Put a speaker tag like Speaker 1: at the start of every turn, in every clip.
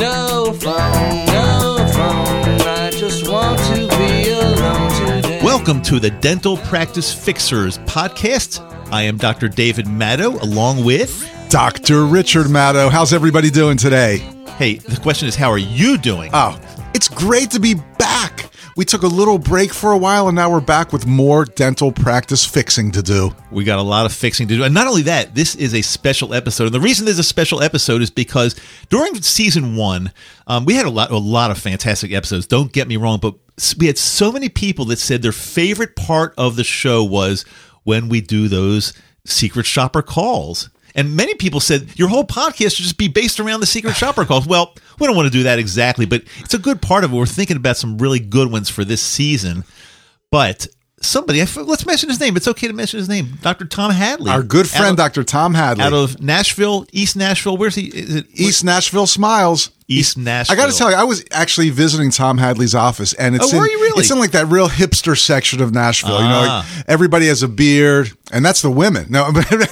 Speaker 1: No phone, no phone. I just want to be alone today.
Speaker 2: Welcome to the Dental Practice Fixers podcast. I am Dr. David Maddow along with
Speaker 3: Dr. Richard Maddow. How's everybody doing today?
Speaker 2: Hey, the question is how are you doing?
Speaker 3: Oh, it's great to be back. We took a little break for a while and now we're back with more dental practice fixing to do.
Speaker 2: We got a lot of fixing to do. And not only that, this is a special episode. And the reason there's a special episode is because during season one, um, we had a lot, a lot of fantastic episodes. Don't get me wrong, but s- we had so many people that said their favorite part of the show was when we do those secret shopper calls. And many people said your whole podcast should just be based around the secret shopper calls. Well, we don't want to do that exactly, but it's a good part of it. We're thinking about some really good ones for this season. But somebody, I f- let's mention his name. It's okay to mention his name, Dr. Tom Hadley,
Speaker 3: Our good friend,
Speaker 2: out
Speaker 3: Dr. Tom
Speaker 2: of,
Speaker 3: Hadley.
Speaker 2: out of Nashville, East Nashville. Where's he? Is it
Speaker 3: East Nashville Smiles.
Speaker 2: East Nashville?
Speaker 3: I got to tell you, I was actually visiting Tom Hadley's office, and it's
Speaker 2: Oh,
Speaker 3: in,
Speaker 2: were you really? Ah.
Speaker 3: it's in like that real hipster section of Nashville. You know, like, everybody has a beard, and that's the women. No,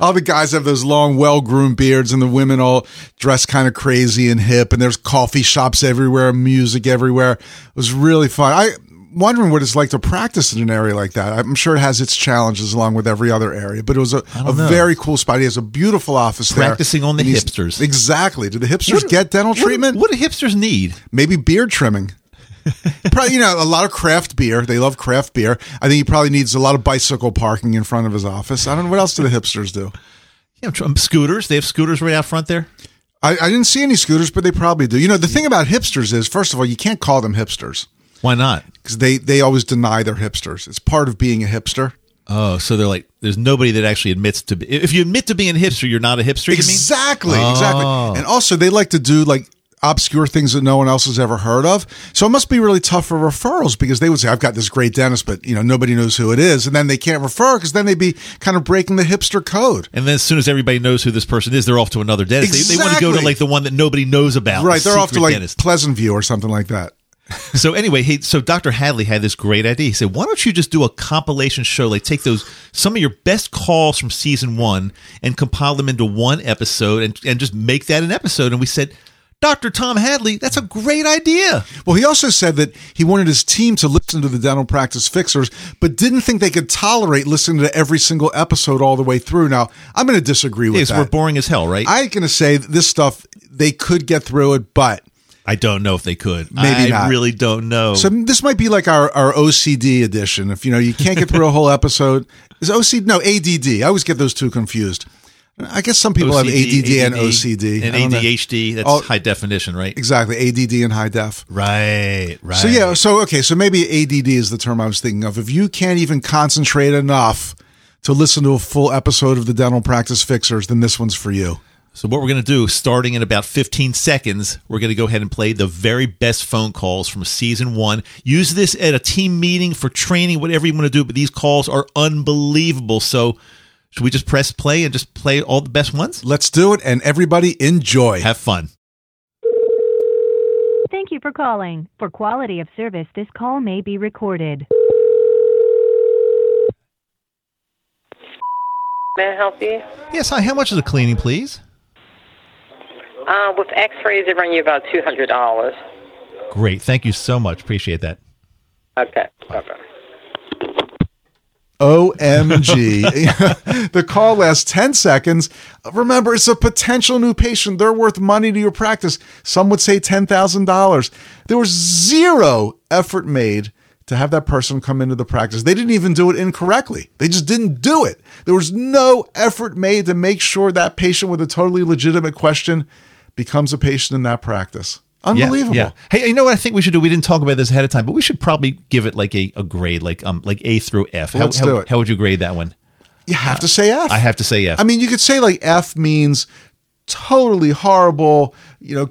Speaker 3: all the guys have those long, well groomed beards, and the women all dress kind of crazy and hip. And there's coffee shops everywhere, music everywhere. It was really fun. I wondering what it's like to practice in an area like that. I'm sure it has its challenges along with every other area, but it was a, a very cool spot. He has a beautiful office there.
Speaker 2: Practicing on the
Speaker 3: And he's-
Speaker 2: hipsters.
Speaker 3: Exactly. Do the hipsters
Speaker 2: What-
Speaker 3: get dental
Speaker 2: what-
Speaker 3: treatment?
Speaker 2: What do hipsters need?
Speaker 3: maybe beard trimming. probably, you know, a lot of craft beer. They love craft beer. I think he probably needs a lot of bicycle parking in front of his office. I don't know what else do the hipsters do.
Speaker 2: You know, tr- um, scooters. They have scooters right out front there.
Speaker 3: I, I didn't see any scooters, but they probably do. You know, the thing about hipsters is, first of all, you can't call them hipsters
Speaker 2: Why not?
Speaker 3: because they they always deny they're hipsters. It's part of being a hipster.
Speaker 2: Oh, so they're like, there's nobody that actually admits to. Be, if you admit to being a hipster, you're not a hipster. You mean? Oh.
Speaker 3: Exactly, exactly. And also, they like to do like obscure things that no one else has ever heard of. So it must be really tough for referrals because they would say, "I've got this great dentist, but you know nobody knows who it is," and then they can't refer because then they'd be kind of breaking the hipster code.
Speaker 2: And then as soon as everybody knows who this person is, they're off to another dentist. They, they want to go to
Speaker 3: Exactly.
Speaker 2: like the one that nobody knows about.
Speaker 3: Right?
Speaker 2: the
Speaker 3: They're off to
Speaker 2: secret
Speaker 3: like
Speaker 2: dentist.
Speaker 3: Pleasant View or something like that.
Speaker 2: so anyway, he, so Dr. Hadley had this great idea. He said, "Why don't you just do a compilation show? Like take those some of your best calls from season one and compile them into one episode, and and just make that an episode." And we said. Dr. Tom Hadley, that's a great idea.
Speaker 3: Well, he also said that he wanted his team to listen to the dental practice fixers, but didn't think they could tolerate listening to every single episode all the way through. Now, I'm going to disagree with
Speaker 2: Yes,
Speaker 3: that.
Speaker 2: we're boring as hell, right? I,
Speaker 3: I'm going to say that this stuff they could get through it, but
Speaker 2: don't know if they could.
Speaker 3: Maybe
Speaker 2: I
Speaker 3: not.
Speaker 2: really don't know.
Speaker 3: So this might be like our, our OCD edition. If you know you can't get through a whole episode, is OCD no ADD? I always get those two confused. I guess some people have ADD, and OCD
Speaker 2: and
Speaker 3: I don't know.
Speaker 2: ADHD. That's
Speaker 3: Oh.
Speaker 2: high definition, right?
Speaker 3: Exactly, ADD and high def.
Speaker 2: Right, right.
Speaker 3: So yeah, so okay, so maybe ADD is the term I was thinking of. If you can't even concentrate enough to listen to a full episode of the Dental Practice Fixers, then this one's for you.
Speaker 2: So what we're going to do, starting in about 15 seconds, we're going to go ahead and play the very best phone calls from season one. Use this at a team meeting for training, whatever you want to do. But these calls are unbelievable. So should we just press play and just play all the best ones?
Speaker 3: Let's do it, and everybody enjoy.
Speaker 2: Have fun.
Speaker 4: Thank you for calling. For quality of service, this call may be recorded.
Speaker 5: May I help you?
Speaker 2: Yes, hi. How much is a cleaning, please?
Speaker 5: Uh, with x-rays, it run you about $200.
Speaker 2: Great. Thank you so much. Appreciate that.
Speaker 5: Okay. Okay.
Speaker 3: OMG. the call lasts 10 seconds. Remember, it's a potential new patient. They're worth money to your practice. Some would say $10,000. There was zero effort made to have that person come into the practice. They didn't even do it incorrectly. They just didn't do it. There was no effort made to make sure that patient with a totally legitimate question becomes a patient in that practice.
Speaker 2: Yeah,
Speaker 3: Unbelievable.
Speaker 2: Yeah, Hey, you know what I think we should do? We didn't talk about this ahead of time, but we should probably give it like a, a grade, like um, like A through F.
Speaker 3: Let's
Speaker 2: how,
Speaker 3: do
Speaker 2: how,
Speaker 3: it.
Speaker 2: how would you grade that one?
Speaker 3: You have to say F.
Speaker 2: I have to say yes.
Speaker 3: I mean, you could say like F means totally horrible, you know,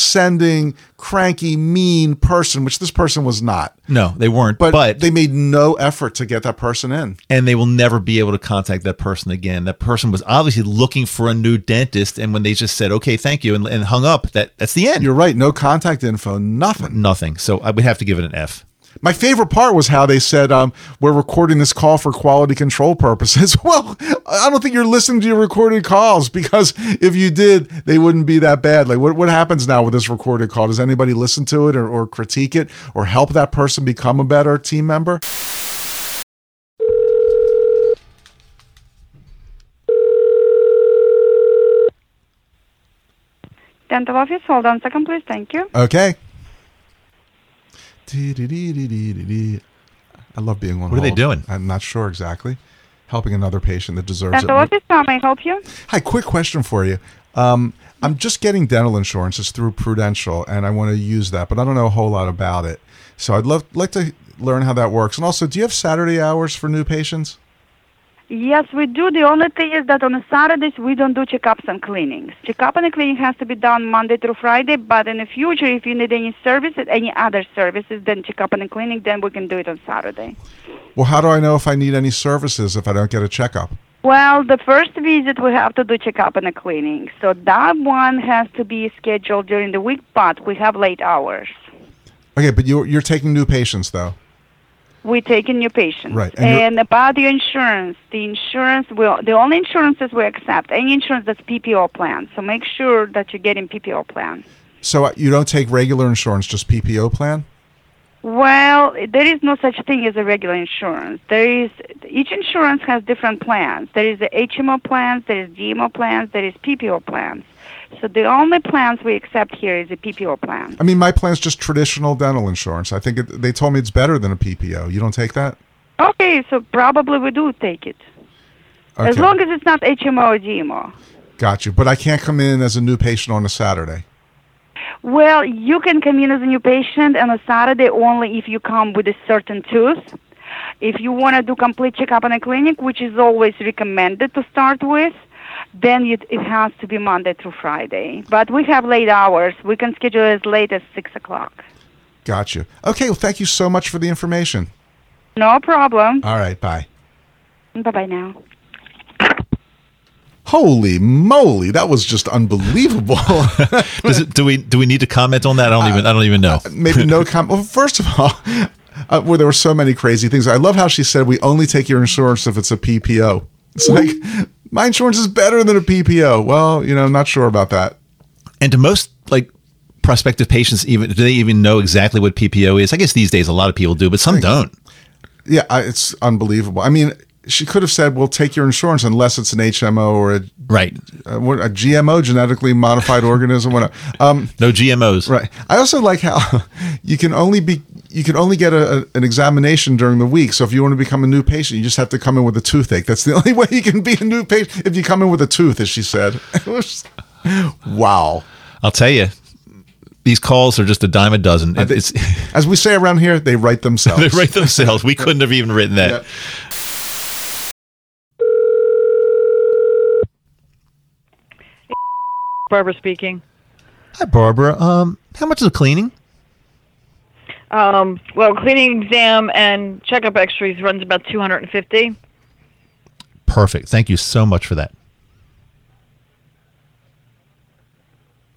Speaker 3: condescending, cranky, mean person, which this person was not.
Speaker 2: no, they weren't.
Speaker 3: But,
Speaker 2: But,
Speaker 3: they made no effort to get that person in.
Speaker 2: and they will never be able to contact that person again. That person was obviously looking for a new dentist, and when they just said "Okay, thank you" and, and hung up, that that's the end.
Speaker 3: You're right. No contact info, nothing.
Speaker 2: nothing. So I would have to give it an F.
Speaker 3: My favorite part was how they said, um, we're recording this call for quality control purposes. Well, I don't think you're listening to your recorded calls because if you did, they wouldn't be that bad. Like what, what happens now with this recorded call? Does anybody listen to it or, or critique it or help that person become a better team member?
Speaker 6: Dental office, hold on a second, please. Thank you.
Speaker 3: Okay. I love being on.
Speaker 2: What are they
Speaker 3: hold.
Speaker 2: doing?
Speaker 3: I'm not sure exactly. Helping another patient that deserves
Speaker 6: Dental
Speaker 3: it.
Speaker 6: office, how may I help you?
Speaker 3: Hi, quick question for you. Um, I'm just getting dental insurance. It's through Prudential, and I want to use that, but I don't know a whole lot about it. So I'd love like to learn how that works. And also, do you have Saturday hours for new patients?
Speaker 6: Yes, we do. The only thing is that on Saturdays we don't do checkups and cleanings. Checkup and cleaning has to be done Monday through Friday, but in the future, if you need any services, any other services than checkup and cleaning, then we can do it on Saturday.
Speaker 3: Well, how do I know if I need any services if I don't get a checkup?
Speaker 6: Well, the first visit we have to do checkup and cleaning, so that one has to be scheduled during the week, but we have late hours.
Speaker 3: Okay, but you, you're taking new patients though.
Speaker 6: We're taking new patients.
Speaker 3: Right, and you're-
Speaker 6: And, about the insurance, the insurance will the only insurances we accept any insurance that's PPO plan. So make sure that you're getting PPO plan.
Speaker 3: So uh, you don't take regular insurance, just PPO plan.
Speaker 6: Well, there is no such thing as a regular insurance. There is each insurance has different plans. There is the HMO plans, there is DMO plans, there is PPO plans. So the only plans we accept here is a PPO plan.
Speaker 3: I mean, my plan's just traditional dental insurance. I think it, they told me it's better than a PPO. You don't take that?
Speaker 6: Okay, so probably we do take it. As long as it's not HMO or DMO.
Speaker 3: Got you. But I can't come in as a new patient on a Saturday.
Speaker 6: Well, you can come in as a new patient on a Saturday only if you come with a certain tooth. If you want to do complete checkup in a clinic, which is always recommended to start with, then it, it has to be Monday through Friday. But we have late hours. We can schedule as late as 6 o'clock.
Speaker 3: Got you. Okay, well, thank you so much for the information.
Speaker 6: No problem.
Speaker 3: All right, bye.
Speaker 6: Bye bye now.
Speaker 3: Holy moly, that was just unbelievable.
Speaker 2: Does it, do we do we need to comment on
Speaker 3: Uh,
Speaker 2: that? I don't even I don't even know.
Speaker 3: Maybe no comment. Well, first of all, uh, where there were so many crazy things. I love how she said, We only take your insurance if it's a PPO. It's like, my insurance is better than a PPO. Well, you know, I'm not sure about that.
Speaker 2: And do most like prospective patients even do they even know exactly what PPO is? I guess these days a lot of people do, but some don't.
Speaker 3: Yeah, I, it's unbelievable. I mean, she could have said, "We'll take your insurance unless it's an HMO or a,
Speaker 2: Right.
Speaker 3: a, what- a GMO, genetically modified organism." Whatever. Um,
Speaker 2: No GMOs.
Speaker 3: right. I also like how you can only be you can only get a, a- an examination during the week. So if you want to become a new patient, you just have to come in with a toothache. That's the only way you can be a new patient if you come in with a tooth, as she said. It was- wow.
Speaker 2: I'll tell you, these calls are just a dime a dozen.
Speaker 3: they-
Speaker 2: it's
Speaker 3: As we say around here, they write themselves.
Speaker 2: they write themselves. We couldn't have even written that.
Speaker 3: Yeah.
Speaker 7: Barbara speaking.
Speaker 2: Hi, Barbara. Um, how much is the cleaning?
Speaker 7: Um, well, cleaning exam and checkup x-rays runs about 250.
Speaker 2: Perfect. Thank you so much for that.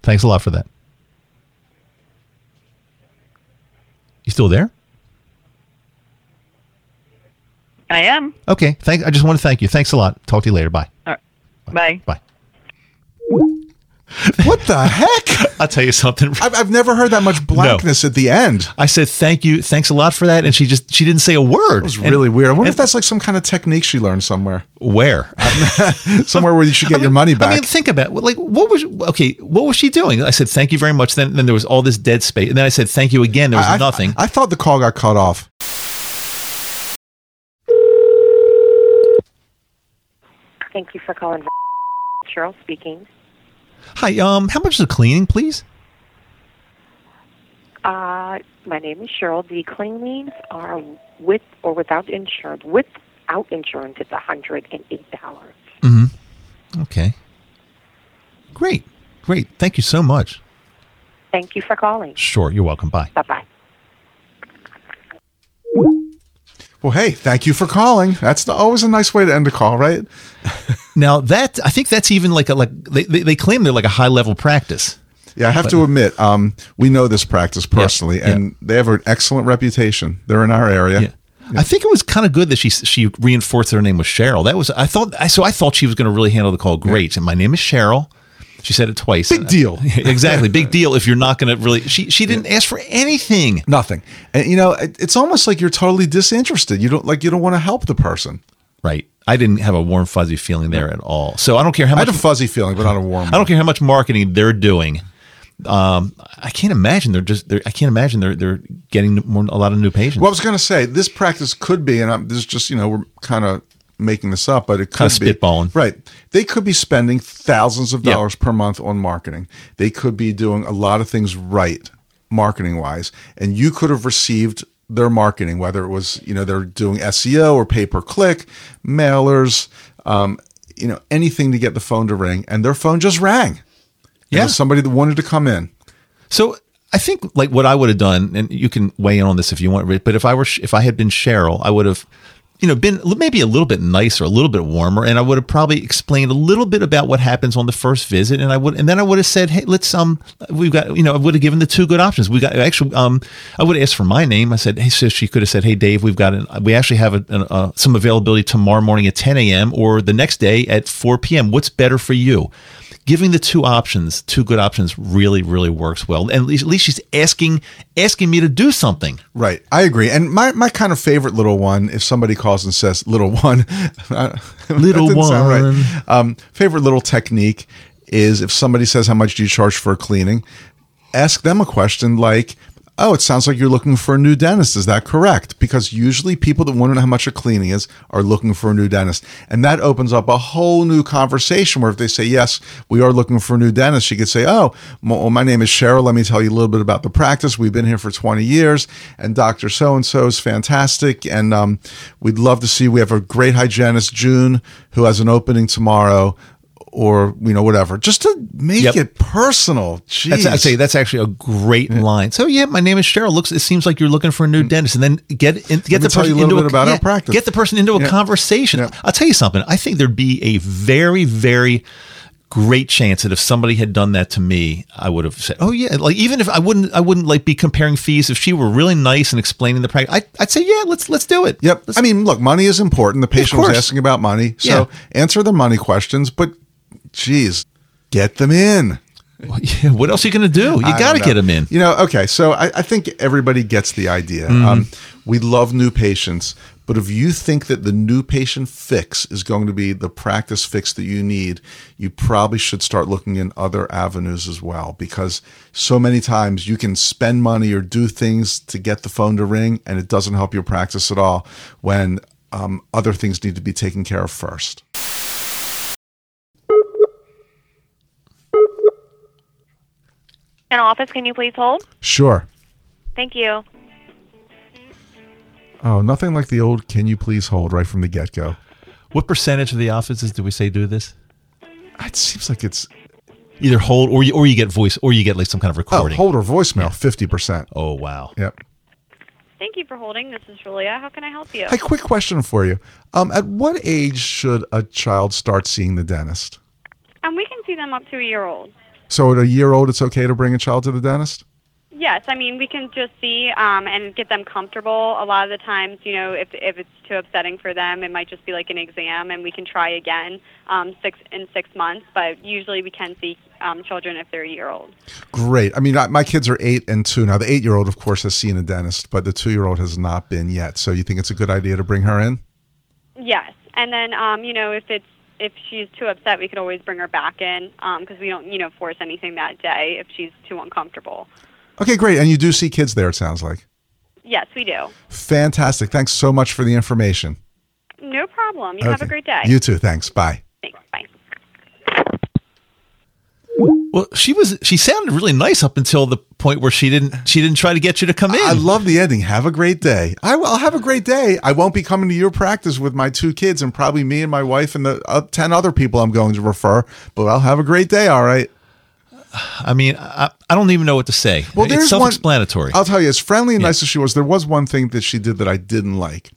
Speaker 2: Thanks a lot for that. You still there?
Speaker 7: I am.
Speaker 2: Okay. Thank. I just want to thank you. Thanks a lot. Talk to you later. Bye.
Speaker 7: All right. Bye.
Speaker 2: Bye.
Speaker 3: What the heck?
Speaker 2: I'll tell you something.
Speaker 3: I've, I've never heard that much blankness at the end.
Speaker 2: I said thank you. Thanks a lot for that. And she just she didn't say a word. It
Speaker 3: It's really weird. I wonder if that's like some kind of technique she learned somewhere.
Speaker 2: where.
Speaker 3: Somewhere where you should get your money back.
Speaker 2: I mean, think about it. like what was okay? What was she doing? I said thank you very much. Then then there was all this dead space, and then I said thank you again. There was
Speaker 3: I- I-
Speaker 2: nothing.
Speaker 3: I, thought the call got cut off.
Speaker 5: Thank you for calling. Cheryl speaking.
Speaker 2: Hi. Um. How much is the cleaning, please?
Speaker 5: Uh, my name is Cheryl. The cleanings are with or without insurance. Without without insurance, it's $108.
Speaker 2: Mm-hmm. Okay. Great. Great. Thank you so much.
Speaker 5: Thank you for calling.
Speaker 2: Sure. You're welcome. Bye.
Speaker 5: Bye bye.
Speaker 3: Well, hey, thank you for calling. That's the, always a nice way to end a call, right?
Speaker 2: Now that I think that's even like a like they, they, they claim they're like a high level practice.
Speaker 3: Yeah, I have to admit, um, we know this practice personally,
Speaker 2: yeah.
Speaker 3: and they have an excellent reputation. They're in our area.
Speaker 2: Yeah. I think it was kind of good that she she reinforced her name was Cheryl. That was I thought I so I thought she was going to really handle the call great. And my name is Cheryl. She said it twice.
Speaker 3: Big deal.
Speaker 2: exactly. Big deal if you're not going to really she she didn't ask for anything.
Speaker 3: Nothing. And you know, it, it's almost like you're totally disinterested. You don't like you don't want to help the person.
Speaker 2: Right. I didn't have a warm fuzzy feeling there at all. So I don't care how
Speaker 3: I
Speaker 2: much
Speaker 3: had a fuzzy feeling, but not a warm.
Speaker 2: I don't care how much marketing they're doing. Um, I can't imagine they're just. They're, I can't imagine they're they're getting more, a lot of new patients.
Speaker 3: Well, I was going to say this practice could be, and I'm, this is just you know we're kind of making this up, but it could
Speaker 2: Kinda
Speaker 3: be
Speaker 2: spitballing.
Speaker 3: Right? They could be spending thousands of
Speaker 2: Yeah.
Speaker 3: dollars per month on marketing. They could be doing a lot of things right, marketing wise, and you could have received their marketing, whether it was you know they're doing SEO or pay per click, mailers, um, you know anything to get the phone to ring, and their phone just rang. It
Speaker 2: Yeah.
Speaker 3: was somebody that wanted to come in.
Speaker 2: So I think like what I would have done, and you can weigh in on this if you want, Rich, but if I were if I had been Cheryl, I would have, you know, been maybe a little bit nicer, a little bit warmer, and I would have probably explained a little bit about what happens on the first visit, and I would, and then I would have said, hey, let's um, we've got, you know, I would have given the two good options. We got actually, um, I would have asked for my name. I said, hey, so she could have said, hey, Dave, we've got an, we actually have a, an, uh, some availability tomorrow morning at 10 a.m. or the next day at 4 p.m. What's better for you? giving the two options, two good options, really, really works well. And at least, at least she's asking asking me to do something.
Speaker 3: Right. I agree. And my, my kind of favorite little one, if somebody calls and says little one, I- that
Speaker 2: Little
Speaker 3: didn't sound
Speaker 2: one.
Speaker 3: Um, favorite little technique is if somebody says, how much do you charge for a cleaning? Ask them a question like, oh, it sounds like you're looking for a new dentist. Is that correct? Because usually people that want to know how much a cleaning is are looking for a new dentist. And that opens up a whole new conversation where if they say, yes, we are looking for a new dentist, she could say, oh, m- well, my name is Cheryl. Let me tell you a little bit about the practice. We've been here for 20 years and Dr. So-and-so is fantastic. And um, we'd love to see, we have a great hygienist, June, who has an opening tomorrow or, you know, whatever, just to make
Speaker 2: Yep.
Speaker 3: it personal. Jeez.
Speaker 2: That's, I'd say that's actually a great line. So yeah, my name is Cheryl. Looks, it seems like you're looking for a new dentist, and then get in, get
Speaker 3: Mm.
Speaker 2: the
Speaker 3: me tell
Speaker 2: person
Speaker 3: you a little
Speaker 2: into
Speaker 3: bit about our
Speaker 2: yeah,
Speaker 3: practice.
Speaker 2: Get the person into a
Speaker 3: Yeah.
Speaker 2: conversation.
Speaker 3: Yeah.
Speaker 2: I'll tell you something. I think there'd be a very, very great chance that if somebody had done that to me, I would have said, "Oh yeah." Like even if I wouldn't, I wouldn't like be comparing fees. If she were really nice and explaining the practice, I, I'd say, "Yeah, let's let's do it."
Speaker 3: Yep.
Speaker 2: Let's
Speaker 3: I mean, look, money is important. The patient was
Speaker 2: course.
Speaker 3: asking about money. So
Speaker 2: Yeah.
Speaker 3: answer the money questions, but geez, get them in.
Speaker 2: Yeah, what else are you going to do? You
Speaker 3: I
Speaker 2: got to
Speaker 3: don't know.
Speaker 2: get them in. Mm-hmm.
Speaker 3: You know, okay. So I, I think everybody gets the idea. Um, we love new patients, but if you think that the new patient fix is going to be the practice fix that you need, you probably should start looking in other avenues as well, because so many times you can spend money or do things to get the phone to ring, and it doesn't help your practice at all when um, other things need to be taken care of first.
Speaker 8: An office, can you please hold?
Speaker 3: Sure.
Speaker 8: Thank you.
Speaker 3: Oh, nothing like the old "Can you please hold" right from the get-go.
Speaker 2: What percentage of the offices do we say do this?
Speaker 3: It seems like it's
Speaker 2: Either hold or you or you get voice or you get like some kind of recording.
Speaker 3: Oh, hold or voicemail, fifty percent.
Speaker 2: Oh, wow.
Speaker 3: Yep.
Speaker 8: Thank you for holding. This is Julia. How can I help you?
Speaker 3: Hey, quick question for you. Um, at what age should a child start seeing the dentist?
Speaker 8: And Um, we can see them up to a year old.
Speaker 3: So at a year old, it's okay to bring a child to the dentist.
Speaker 8: Yes, I mean we can just see um, and get them comfortable. A lot of the times, you know, if if it's too upsetting for them, it might just be like an exam, and we can try again um, six in six months. But usually, we can see um, children if they're a year old.
Speaker 3: Great. I mean, I, my kids are eight and two now. The eight-year-old, of course, has seen a dentist, but the two-year-old has not been yet. So you think it's a good idea to bring her in?
Speaker 8: Yes, and then um, you know if it's if she's too upset, we could always bring her back in because we don't you know force anything that day if she's too uncomfortable.
Speaker 3: Okay, great. And you do see kids there. It sounds like
Speaker 8: Yes, we do.
Speaker 3: fantastic. Thanks so much for the information.
Speaker 8: No problem. You have a
Speaker 3: Okay.
Speaker 8: great day.
Speaker 3: You too. Thanks. Bye.
Speaker 8: Thanks. Bye.
Speaker 2: Well, she was she sounded really nice up until the point where she didn't she didn't try to get you to come in.
Speaker 3: I love the ending. Have a great day. I will I'll have a great day. I won't be coming to your practice with my two kids and probably me and my wife and the uh, 10 other people I'm going to refer, but I'll have a great day. All right.
Speaker 2: I mean, I, I don't even know what to say. Well, it's self-explanatory.
Speaker 3: One, I'll tell you, as friendly and nice as she was, there was one thing that she did that I didn't like.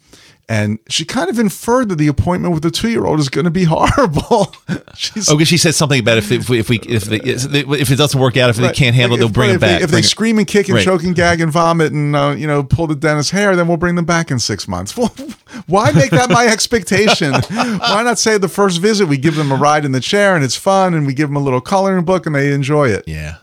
Speaker 3: And she kind of inferred that the appointment with the two year old is going to be horrible. She's,
Speaker 2: Oh, because she said something about if if we if we if, they, if it doesn't work out, if they
Speaker 3: Right.
Speaker 2: can't handle, it,
Speaker 3: Like,
Speaker 2: they'll
Speaker 3: if-
Speaker 2: bring it
Speaker 3: right, if they-
Speaker 2: back.
Speaker 3: If they
Speaker 2: bring it-
Speaker 3: scream and kick and
Speaker 2: Right.
Speaker 3: choke and gag and vomit and uh, you know pull the dentist's hair, then we'll bring them back in six months. Well, why make that my expectation? why not say the first visit we give them a ride in the chair and it's fun and we give them a little coloring book and they enjoy it?
Speaker 2: yeah.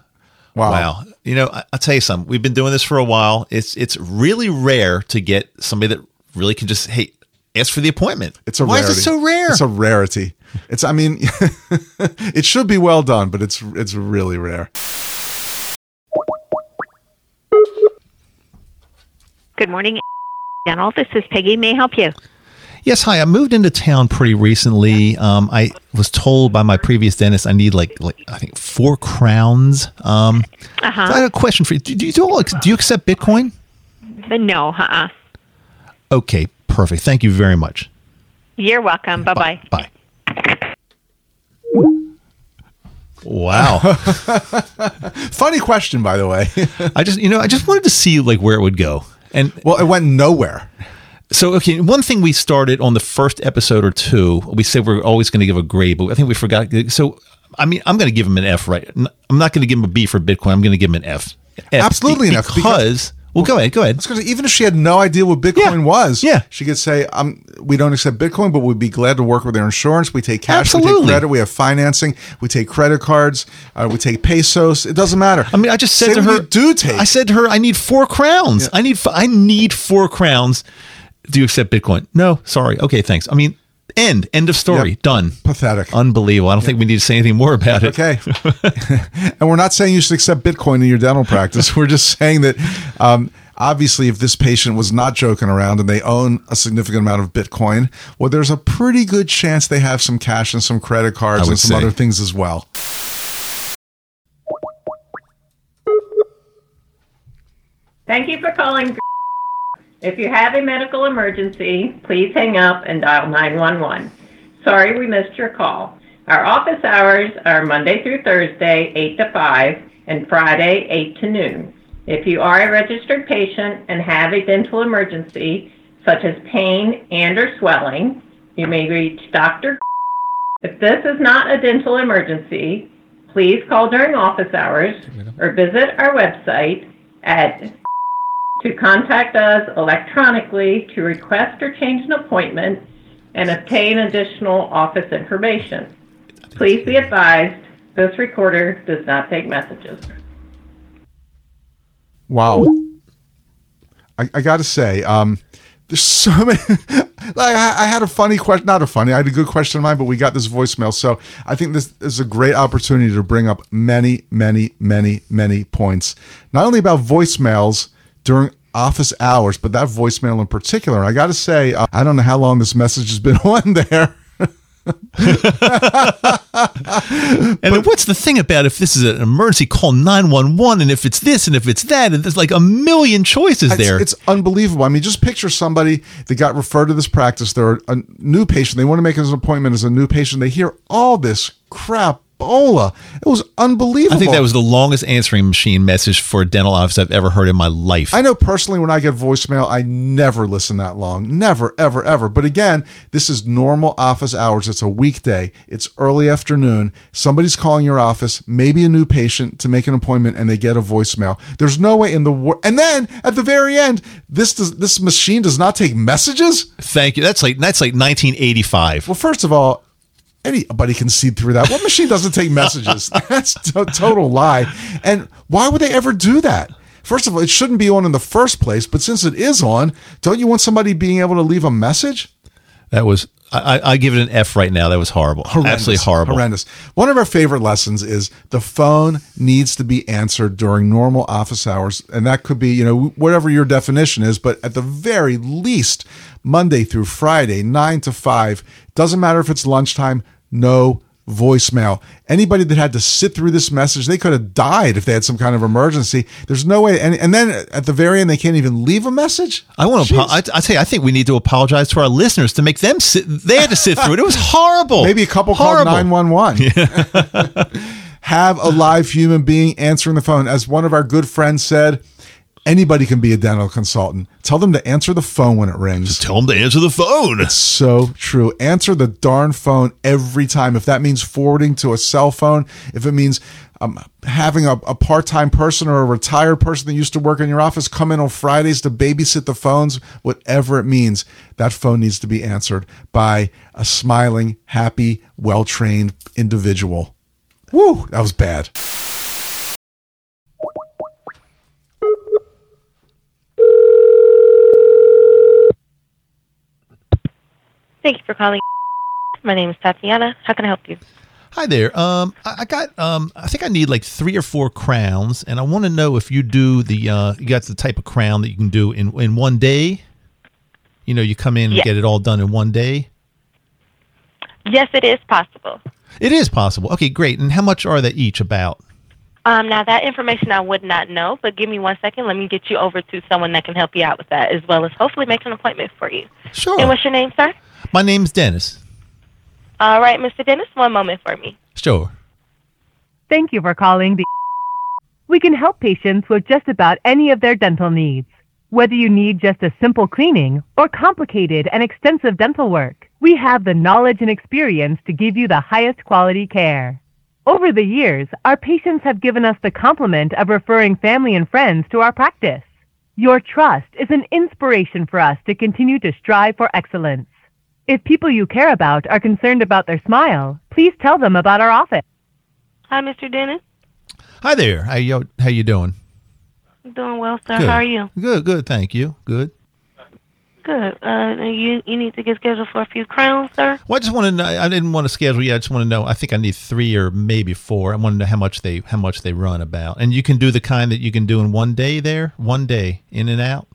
Speaker 3: Wow.
Speaker 2: Wow. You know, I, I'll tell you something. We've been doing this for a while. It's it's really rare to get somebody that really can just hey ask for the appointment.
Speaker 3: It's a
Speaker 2: why
Speaker 3: rarity.
Speaker 2: is it so rare?
Speaker 3: It's a rarity. It's I mean, it should be well done, but it's it's really rare.
Speaker 9: Good morning, Dental. This is Peggy. May I help you?
Speaker 2: yes. Hi. I moved into town pretty recently. Um, I was told by my previous dentist I need like like I think four crowns. Um, so I have a question for you. Do, do you do all do you accept Bitcoin?
Speaker 9: Uh, No, uh-uh.
Speaker 2: Okay. Perfect. Thank you very much.
Speaker 9: You're welcome. Bye-bye.
Speaker 2: Bye. Wow.
Speaker 3: Funny question, by the way.
Speaker 2: I just you know, I just wanted to see like where it would go. And
Speaker 3: well, it went nowhere.
Speaker 2: so okay, one thing we started on the first episode or two, we said we're always going to give a grade, but I think we forgot so I mean, I'm going to give him an F, right? N- I'm not going to give him a B for Bitcoin. I'm going to give him an F. F
Speaker 3: Absolutely
Speaker 2: be-
Speaker 3: an F,
Speaker 2: because,
Speaker 3: because-
Speaker 2: well, go ahead, go ahead.
Speaker 3: It's because even if she had no idea what Bitcoin
Speaker 2: Yeah.
Speaker 3: was,
Speaker 2: Yeah.
Speaker 3: she could say, um, "We don't accept Bitcoin, but we'd be glad to work with their insurance. We take cash, we take
Speaker 2: Absolutely.
Speaker 3: credit, we have financing, we take credit cards, uh, we take pesos. It doesn't matter."
Speaker 2: I mean, I just said
Speaker 3: Say
Speaker 2: to
Speaker 3: what
Speaker 2: her,
Speaker 3: you "Do take?"
Speaker 2: I said to her, I need four crowns. I need, f- I need four crowns. Do you accept Bitcoin? No, sorry. Okay, thanks. I mean, end, end of story,
Speaker 3: Yep.
Speaker 2: done.
Speaker 3: Pathetic.
Speaker 2: Unbelievable. I don't think we need to say anything more about it.
Speaker 3: Okay. and we're not saying you should accept Bitcoin in your dental practice. We're just saying that um, obviously, if this patient was not joking around and they own a significant amount of Bitcoin, well, there's a pretty good chance they have some cash and some credit
Speaker 2: I
Speaker 3: cards
Speaker 2: would
Speaker 3: and some
Speaker 2: say.
Speaker 3: other things as well.
Speaker 10: Thank you for calling. If you have a medical emergency, please hang up and dial 911. Sorry we missed your call. Our office hours are Monday through Thursday, 8 to 5, and Friday, 8 to noon. If you are a registered patient and have a dental emergency, such as pain and or swelling, you may reach Dr. If this is not a dental emergency, please call during office hours or visit our website at to contact us electronically to request or change an appointment and obtain additional office information. Please be advised, this recorder does not take messages.
Speaker 3: Wow. I, I got to say, um, there's so many. like I, I had a funny question, not a funny. I had a good question in mind, but we got this voicemail. So I think this is a great opportunity to bring up many, many, many, many points. Not only about voicemails during office hours, but that voicemail in particular. I got to say, uh, I don't know how long this message has been on there.
Speaker 2: And then what's the thing about if this is an emergency, call 911, and if it's this, and if it's that, and there's like a million choices
Speaker 3: It's-
Speaker 2: there.
Speaker 3: It's, unbelievable. I mean, just picture somebody that got referred to this practice. They're a new patient. They want to make an appointment as a new patient. They hear all this crapola. It was unbelievable.
Speaker 2: I think that was the longest answering machine message for a dental office I've ever heard in my life.
Speaker 3: I know personally when I get voicemail, I never listen that long. Never, ever, ever. But again, this is normal office hours. It's a weekday. It's early afternoon. Somebody's calling your office, maybe a new patient to make an appointment, and they get a voicemail. There's no way in the world. And then at the very end, this does, this machine does not take messages.
Speaker 2: Thank you. That's like that's like 1985.
Speaker 3: Well, first of all, anybody can see through that. What machine doesn't take messages? That's a total lie. And why would they ever do that? First of all, it shouldn't be on in the first place, but since it is on, don't you want somebody being able to leave a message?
Speaker 2: That was I, I I give it an F right now. That was horrible. Absolutely horrible.
Speaker 3: Horrendous. One of our favorite lessons is the phone needs to be answered during normal office hours. And that could be, you know, whatever your definition is, but at the very least, Monday through Friday, nine to five, doesn't matter if it's lunchtime, no voicemail. Anybody that had to sit through this message, they could have died if they had some kind of emergency. There's no way. And, and then at the very end, they can't even leave a message.
Speaker 2: I want to. I, I tell you, I think we need to apologize to our listeners to make them sit. They had to sit through it. It was horrible.
Speaker 3: Maybe a couple
Speaker 2: horrible.
Speaker 3: called 911. Have a live human being answering the phone. As one of our good friends said, anybody can be a dental consultant. Tell them to answer the phone when it rings. Just
Speaker 2: tell them to answer the phone. It's
Speaker 3: so true. Answer the darn phone every time. If that means forwarding to a cell phone, if it means um, having a, a part time person or a retired person that used to work in your office come in on Fridays to babysit the phones, whatever it means, that phone needs to be answered by a smiling, happy, well trained individual. Woo, that was bad.
Speaker 11: Thank you for calling. My name is Tatiana. How can I help you?
Speaker 2: Hi there. Um, I, I got. Um, I think I need like three or four crowns, and I want to know if you do the. Uh, you got the type of crown that you can do in in one day. You know, you come in and
Speaker 11: Yeah.
Speaker 2: get it all done in one day.
Speaker 11: Yes, it is possible.
Speaker 2: It is possible. Okay, great. And how much are they each about?
Speaker 11: Um, now, that information I would not know, but give me one second. Let me get you over to someone that can help you out with that, as well as hopefully make an appointment for you.
Speaker 2: Sure.
Speaker 11: And what's your name, sir?
Speaker 2: My name's Dennis.
Speaker 11: All right, Mr. Dennis, one moment for me.
Speaker 2: Sure.
Speaker 4: Thank you for calling the. We can help patients with just about any of their dental needs. Whether you need just a simple cleaning or complicated and extensive dental work, we have the knowledge and experience to give you the highest quality care. Over the years, our patients have given us the compliment of referring family and friends to our practice. Your trust is an inspiration for us to continue to strive for excellence. If people you care about are concerned about their smile, please tell them about our office.
Speaker 11: Hi, Mr. Dennis.
Speaker 2: Hi there. How you How you doing?
Speaker 11: Doing well, sir. How are you?
Speaker 2: Good. Good. Thank you. Good.
Speaker 11: Good. Uh, you you need to get scheduled for a few crowns, sir.
Speaker 2: Well, I just want to know. I didn't want to schedule yet. I just want to know. I think I need three or maybe four. I want to know how much they how much they run about. And you can do the kind that you can do in one day. There, one day in and out.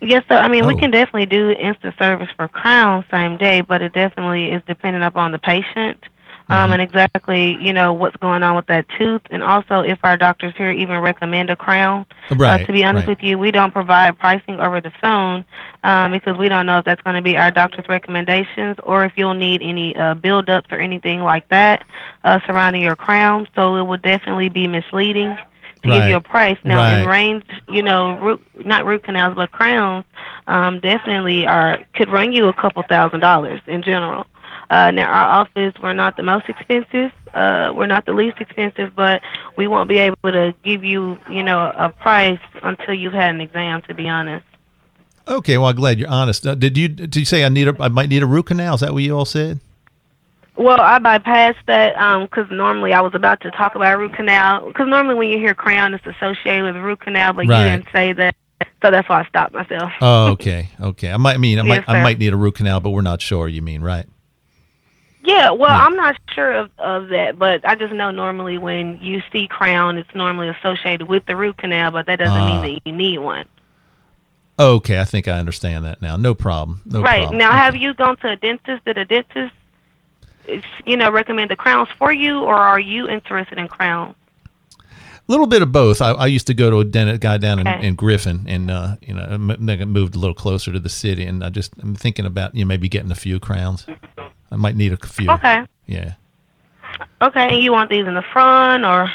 Speaker 11: Yes, sir. I mean, we
Speaker 2: Oh.
Speaker 11: can definitely do instant service for crowns same day, but it definitely is dependent upon the patient
Speaker 2: Mm-hmm.
Speaker 11: um, and exactly, you know, what's going on with that tooth. And also if our doctors here even recommend a crown.
Speaker 12: Right,
Speaker 11: Uh, to be honest
Speaker 12: right.
Speaker 11: with you, we don't provide pricing over the phone um, because we don't know if that's going to be our doctor's recommendations or if you'll need any uh, buildups or anything like that uh, surrounding your crown. So it would definitely be misleading to give you a
Speaker 12: Right.
Speaker 11: price. Now, in
Speaker 12: Right.
Speaker 11: range, you know, root, not root canals, but crowns, um, definitely are could run you a couple thousand dollars in general. Uh, now, our office, we're not the most expensive. Uh, we're not the least expensive, but we won't be able to give you, you know, a price until you've had an exam, to be honest.
Speaker 2: Okay. Well, I'm glad you're honest. Uh, did you did you say I need a I might need a root canal? Is that what you all said?
Speaker 11: Well, I bypassed that because normally I was about to talk about root canal. Because normally when you hear crown, it's associated with root canal, but
Speaker 2: Right.
Speaker 11: you didn't say that. So that's why I stopped myself.
Speaker 2: Oh, okay. Okay. I might mean I might
Speaker 11: Yes,
Speaker 2: I
Speaker 11: sir.
Speaker 2: might need a root canal, but we're not sure. You mean right?
Speaker 11: Yeah, well, I'm not sure of, of that, but I just know normally when you see crown, it's normally associated with the root canal, but that doesn't
Speaker 2: Ah.
Speaker 11: mean that you need one.
Speaker 2: Okay. I think I understand that now. No problem. No
Speaker 11: right
Speaker 2: problem.
Speaker 11: now, have you gone to a dentist? Did a dentist, it's, you know, recommend the crowns for you, or are you interested in crowns?
Speaker 2: A little bit of both. I, I used to go to a dentist guy down in,
Speaker 11: Okay.
Speaker 2: in Griffin, and uh, you know, m- then I moved a little closer to the city, and I just I'm thinking about you know maybe getting a few crowns. I might need a few.
Speaker 11: Okay,
Speaker 2: Yeah,
Speaker 11: okay, and you want these in the front or?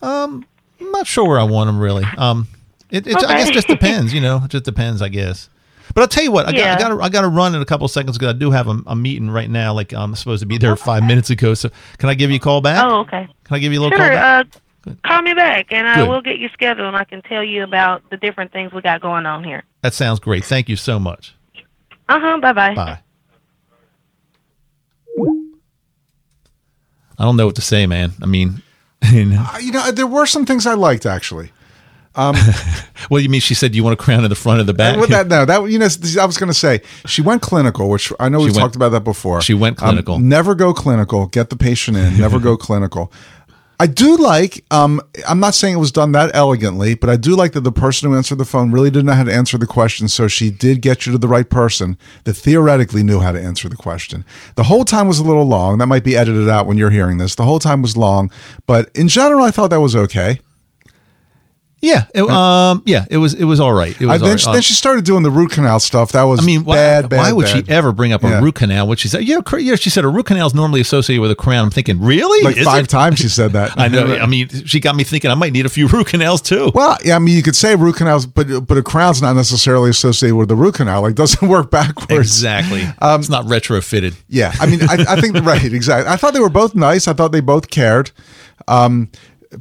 Speaker 2: Um, I'm not sure where I want them really. Um, it, it's I
Speaker 11: Okay.
Speaker 2: guess just depends. You know, it just depends. I guess. But I'll tell you what, I
Speaker 11: Yeah.
Speaker 2: got, I got, to, I got to run in a couple of seconds because I do have a, a meeting right now. Like I'm supposed to be there five minutes ago. So can I give you a call back?
Speaker 11: Oh, okay.
Speaker 2: Can I give you a little call
Speaker 11: Sure.
Speaker 2: back?
Speaker 11: Uh, call me back, and I
Speaker 2: Good.
Speaker 11: will get you scheduled, and I can tell you about the different things we got going on here.
Speaker 2: That sounds great. Thank you so much.
Speaker 11: Uh huh. Bye bye.
Speaker 2: Bye. I don't know what to say, man. I mean, you know.
Speaker 3: Uh, You know, there were some things I liked actually. Um,
Speaker 2: Well, you mean she said you want a crown in the front of the back?
Speaker 3: With that, no, that you know, I was going to say she went clinical, which I know
Speaker 2: She
Speaker 3: we
Speaker 2: went-
Speaker 3: talked about that before.
Speaker 2: she went
Speaker 3: Um,
Speaker 2: clinical.
Speaker 3: never go clinical. Get the patient in. Never go clinical. I do like. Um, I'm not saying it was done that elegantly, but I do like that the person who answered the phone really didn't know how to answer the question, so she did get you to the right person that theoretically knew how to answer the question. The whole time was a little long. That might be edited out when you're hearing this. The whole time was long, but in general, I thought that was okay.
Speaker 2: Yeah. It, um. Yeah. It was. It was all right. It
Speaker 3: I,
Speaker 2: was. all
Speaker 3: then,
Speaker 2: right.
Speaker 3: she,
Speaker 2: Uh,
Speaker 3: then she started doing the root canal stuff. That was
Speaker 2: I mean, why,
Speaker 3: bad, bad.
Speaker 2: why would
Speaker 3: bad.
Speaker 2: she ever bring up a
Speaker 3: Yeah.
Speaker 2: root canal? What she said, yeah, cr- yeah, she said a root canal is normally associated with a crown. I'm thinking, really?
Speaker 3: Like
Speaker 2: Is
Speaker 3: five
Speaker 2: it?
Speaker 3: times she said that.
Speaker 2: I know. I mean, she got me thinking. I might need a few root canals too.
Speaker 3: Well, yeah, I mean, you could say root canals, but but a crown's not necessarily associated with the root canal. Like, doesn't work backwards.
Speaker 2: Exactly. it's not retrofitted.
Speaker 3: Um, Yeah, I mean, I, I think right, exactly. I thought they were both nice. I thought they both cared. Um,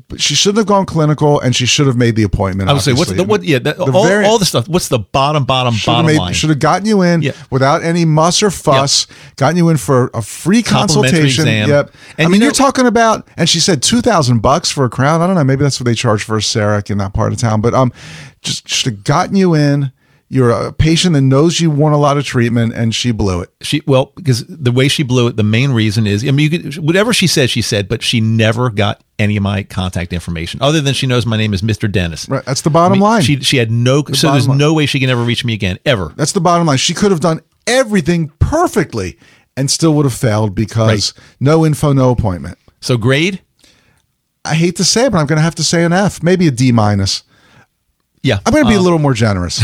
Speaker 3: but she shouldn't have gone clinical, and she should have made the appointment.
Speaker 2: I would say, what's the
Speaker 3: obviously.
Speaker 2: what? Yeah, that,
Speaker 3: The
Speaker 2: all,
Speaker 3: very-
Speaker 2: all the stuff. What's the bottom, bottom,
Speaker 3: Should have,
Speaker 2: bottom line?
Speaker 3: made, should have gotten you in without any muss or fuss. Gotten you in for a free
Speaker 2: Complimentary
Speaker 3: consultation.
Speaker 2: exam.
Speaker 3: Yep.
Speaker 2: And
Speaker 3: I
Speaker 2: you
Speaker 3: mean,
Speaker 2: know-
Speaker 3: you are talking about, and she said two thousand bucks for a crown. I don't know. Maybe that's what they charge for a Serac in that part of town. But um, just should have gotten you in. You're a patient that knows you want a lot of treatment, and she blew it.
Speaker 2: she well because the way she blew it the main reason is i mean you could, whatever she said she said but she never got any of my contact information other than she knows my name is mr dennis
Speaker 3: right that's the bottom
Speaker 2: line she, she had no so
Speaker 3: bottom
Speaker 2: there's
Speaker 3: line.
Speaker 2: no way she can ever reach me again ever
Speaker 3: That's the bottom line. She could have done everything perfectly and still would have failed because no info, no appointment.
Speaker 2: So grade?
Speaker 3: I hate to say it, but I'm going to have to say an F, maybe a D minus.
Speaker 2: Yeah,
Speaker 3: I'm going to be a
Speaker 2: um,
Speaker 3: little more generous.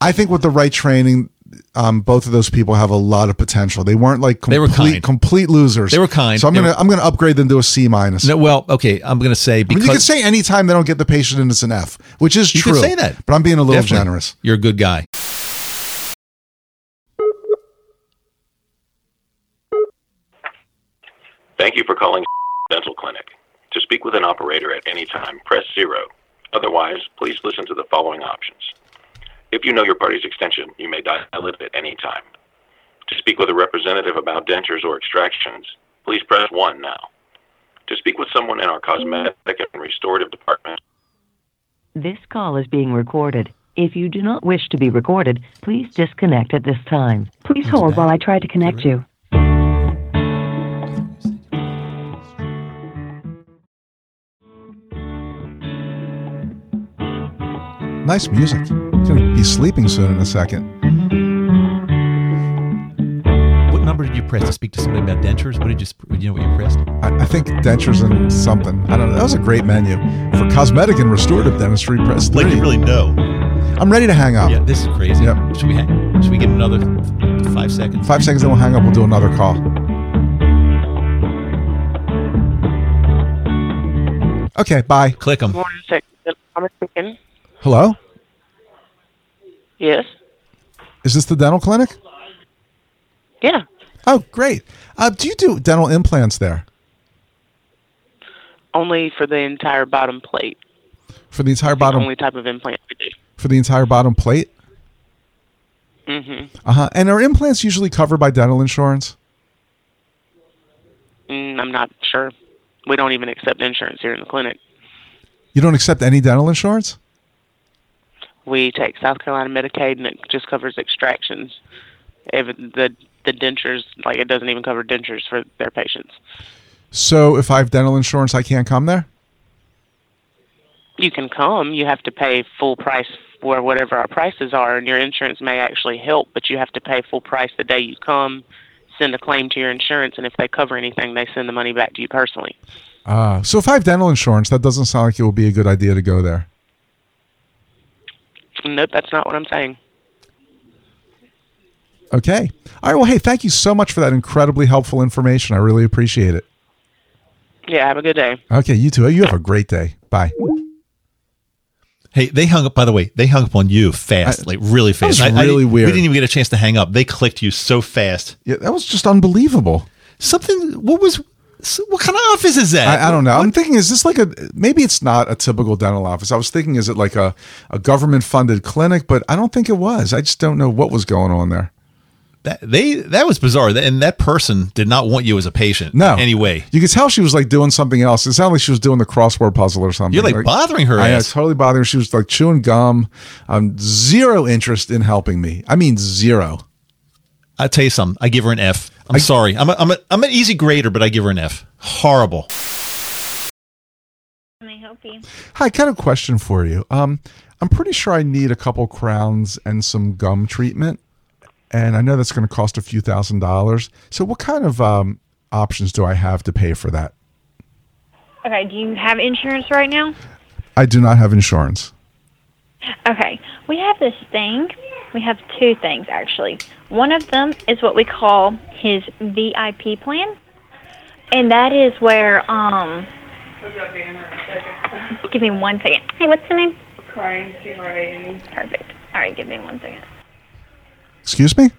Speaker 3: I think with the right training, um, both of those people have a lot of potential. They weren't like complete,
Speaker 2: They were kind.
Speaker 3: complete losers.
Speaker 2: They were kind.
Speaker 3: So I'm
Speaker 2: They
Speaker 3: going
Speaker 2: were-
Speaker 3: to I'm going to upgrade them to a C minus.
Speaker 2: no well okay i'm gonna say
Speaker 3: I mean,
Speaker 2: because
Speaker 3: you could say anytime they don't get the patient and it's an F, which is
Speaker 2: You
Speaker 3: true.
Speaker 2: could say that
Speaker 3: but I'm being a little
Speaker 2: Definitely.
Speaker 3: generous.
Speaker 2: you're a good guy
Speaker 12: Thank you for calling Dental Clinic. To speak with an operator at any time, press zero. Otherwise, please listen to the following options. If you know your party's extension, you may dial it at any time. To speak with a representative about dentures or extractions, please press one now. To speak with someone in our cosmetic and restorative department,
Speaker 13: This call is being recorded. If you do not wish to be recorded, please disconnect at this time. Please hold while I try to connect you.
Speaker 3: Nice music. He's gonna be sleeping soon in a second.
Speaker 2: what number did you press to speak to somebody about dentures what did you sp- you know what you pressed
Speaker 3: I, I think dentures and something. I don't know. That was a great menu for cosmetic and restorative dentistry. Press three.
Speaker 2: like you really know
Speaker 3: I'm ready to hang up.
Speaker 2: yeah this is crazy should we hang should we get another five seconds
Speaker 3: Five seconds, then we'll hang up. We'll do another call. Okay. Bye.
Speaker 2: Click them.
Speaker 14: Morning, sec- I'm speaking.
Speaker 3: Hello.
Speaker 14: Yes.
Speaker 3: Is this the dental clinic?
Speaker 14: Yeah.
Speaker 3: Oh, great. Uh, do you do dental implants there
Speaker 14: Only for the entire bottom plate.
Speaker 3: for the entire
Speaker 14: The
Speaker 3: bottom
Speaker 14: only type of implant we do.
Speaker 3: for the entire bottom plate?
Speaker 14: Mhm.
Speaker 3: Uh huh. And are implants usually covered by dental insurance?
Speaker 14: Mm, I'm not sure. We don't even accept insurance here in the clinic.
Speaker 3: You don't accept any dental insurance?
Speaker 14: We take South Carolina Medicaid, and it just covers extractions. If the the dentures, like it doesn't even cover dentures for their patients.
Speaker 3: So if I have dental insurance, I can't come there.
Speaker 14: You can come. You have to pay full price for whatever our prices are, and your insurance may actually help, but you have to pay full price the day you come. Send a claim to your insurance, and if they cover anything, they send the money back to you personally.
Speaker 3: Ah, so if I have dental insurance, that doesn't sound like it would be a good idea to go there.
Speaker 14: Nope, that's not what I'm saying.
Speaker 3: Okay. All right. Well, hey, thank you so much for that incredibly helpful information. I really appreciate it.
Speaker 14: Yeah, have a good day.
Speaker 3: Okay, you too. You have a great day. Bye.
Speaker 2: Hey, they hung up. By the way, they hung up on you fast, like really fast.
Speaker 3: was really
Speaker 2: didn't-
Speaker 3: weird.
Speaker 2: We didn't even get a chance to hang up. They clicked you so fast.
Speaker 3: Yeah, that was just unbelievable.
Speaker 2: Something. What was? What kind of office is that?
Speaker 3: I, I don't know. I'm thinking, is this like a maybe it's not a typical dental office? I was thinking, is it like a, a government funded clinic? But I don't think it was. I just don't know what was going on there.
Speaker 2: That they that was bizarre. And that person did not want you as a patient.
Speaker 3: No.
Speaker 2: in any way.
Speaker 3: You could tell she was like doing something else. It sounded like she was doing the crossword puzzle or something.
Speaker 2: You're, like, bothering her
Speaker 3: I know,
Speaker 2: ass.
Speaker 3: totally bothering her. She was like chewing gum. Um, zero interest in helping me. I mean, zero.
Speaker 2: I tell you something. I give her an F. I'm sorry. I'm a, I'm a, I'm an easy grader, but I give her an F. Horrible.
Speaker 15: may I help you?
Speaker 3: Hi, kind of question for you. Um, I'm pretty sure I need a couple crowns and some gum treatment, and I know that's going to cost a few thousand dollars. So, what kind of um, options do I have to pay for that?
Speaker 15: Okay, do you have insurance right now?
Speaker 3: I do not have insurance.
Speaker 15: Okay, we have this thing. We have two things actually. One of them is what we call his VIP plan, and that is where um. Give me one second. Hey, what's the name? Crying, Perfect. All right, give me one second.
Speaker 3: Excuse me?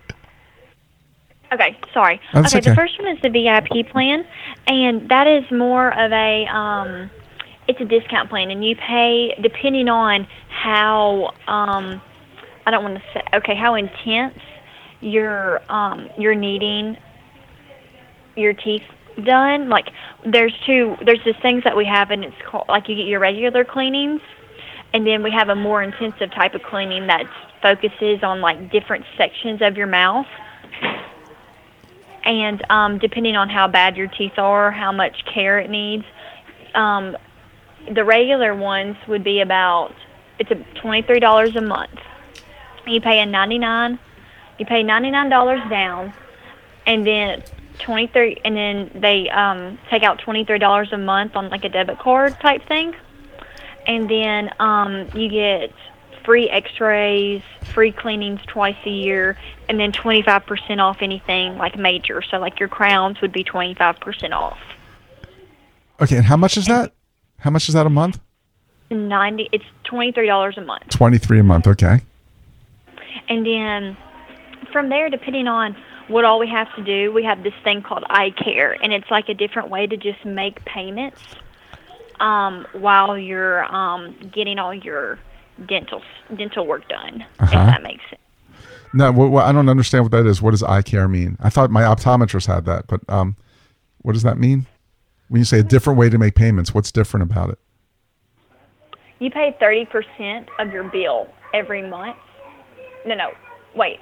Speaker 15: Okay, sorry.
Speaker 3: Oh, That's
Speaker 15: okay, the
Speaker 3: okay.
Speaker 15: first one is the VIP plan, and that is more of a um, it's a discount plan, and you pay depending on how um, I don't want to say okay how intense your um, you're needing your teeth done. Like there's two there's these things that we have, and it's called like you get your regular cleanings, and then we have a more intensive type of cleaning that focuses on like different sections of your mouth. And um, depending on how bad your teeth are, how much care it needs, um, the regular ones would be about it's a twenty three dollars a month. You pay a ninety nine, you pay ninety nine dollars down, and then twenty three, and then they um, take out twenty three dollars a month on like a debit card type thing, and then um, you get free X rays, free cleanings twice a year, and then twenty five percent off anything like major. So like your crowns would be twenty five percent off.
Speaker 3: Okay, and how much is that? How much is that a month?
Speaker 15: Ninety, it's twenty three dollars a month.
Speaker 3: Twenty-three a month. Okay.
Speaker 15: And then from there, depending on what all we have to do, we have this thing called eye care, and it's like a different way to just make payments um, while you're um, getting all your dental dental work done. If
Speaker 3: Uh-huh.
Speaker 15: that makes sense.
Speaker 3: No, wh- wh- I don't understand what that is. What does eye care mean? I thought my optometrist had that, but um, what does that mean? When you say a different way to make payments, what's different about it?
Speaker 15: You pay thirty percent of your bill every month. No, no, wait.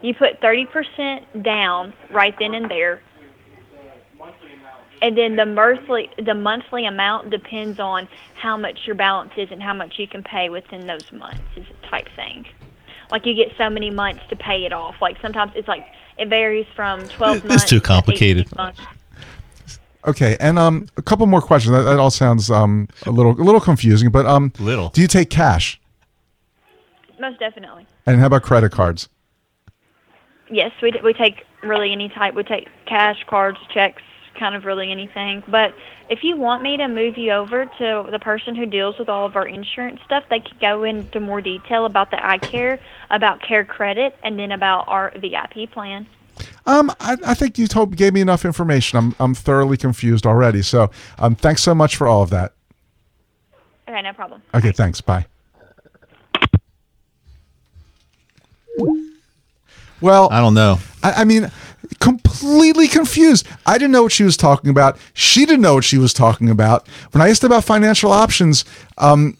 Speaker 15: You put thirty percent down right then and there, and then the monthly the monthly amount depends on how much your balance is and how much you can pay within those months is a type thing like you get so many months to pay it off like sometimes it's like it varies from 12
Speaker 3: It's
Speaker 15: months
Speaker 3: too
Speaker 15: to 18
Speaker 3: complicated.
Speaker 15: months.
Speaker 3: Okay, and um, a couple more questions. That, that all sounds um a little a little confusing, but um,
Speaker 2: little.
Speaker 3: Do you take cash?
Speaker 15: most definitely
Speaker 3: And how about credit cards?
Speaker 15: yes we, d- we take really any type we take cash cards checks kind of really anything but if you want me to move you over to the person who deals with all of our insurance stuff they can go into more detail about the eye care about care credit and then about our vip plan
Speaker 3: Um, I, I think you told gave me enough information. I'm I'm thoroughly confused already. So um, thanks so much for all of that.
Speaker 15: okay no problem
Speaker 3: Okay, thanks. Bye. Well, I
Speaker 2: don't know.
Speaker 3: I, I mean, completely confused. I didn't know what she was talking about. She didn't know what she was talking about. When I asked about financial options, um,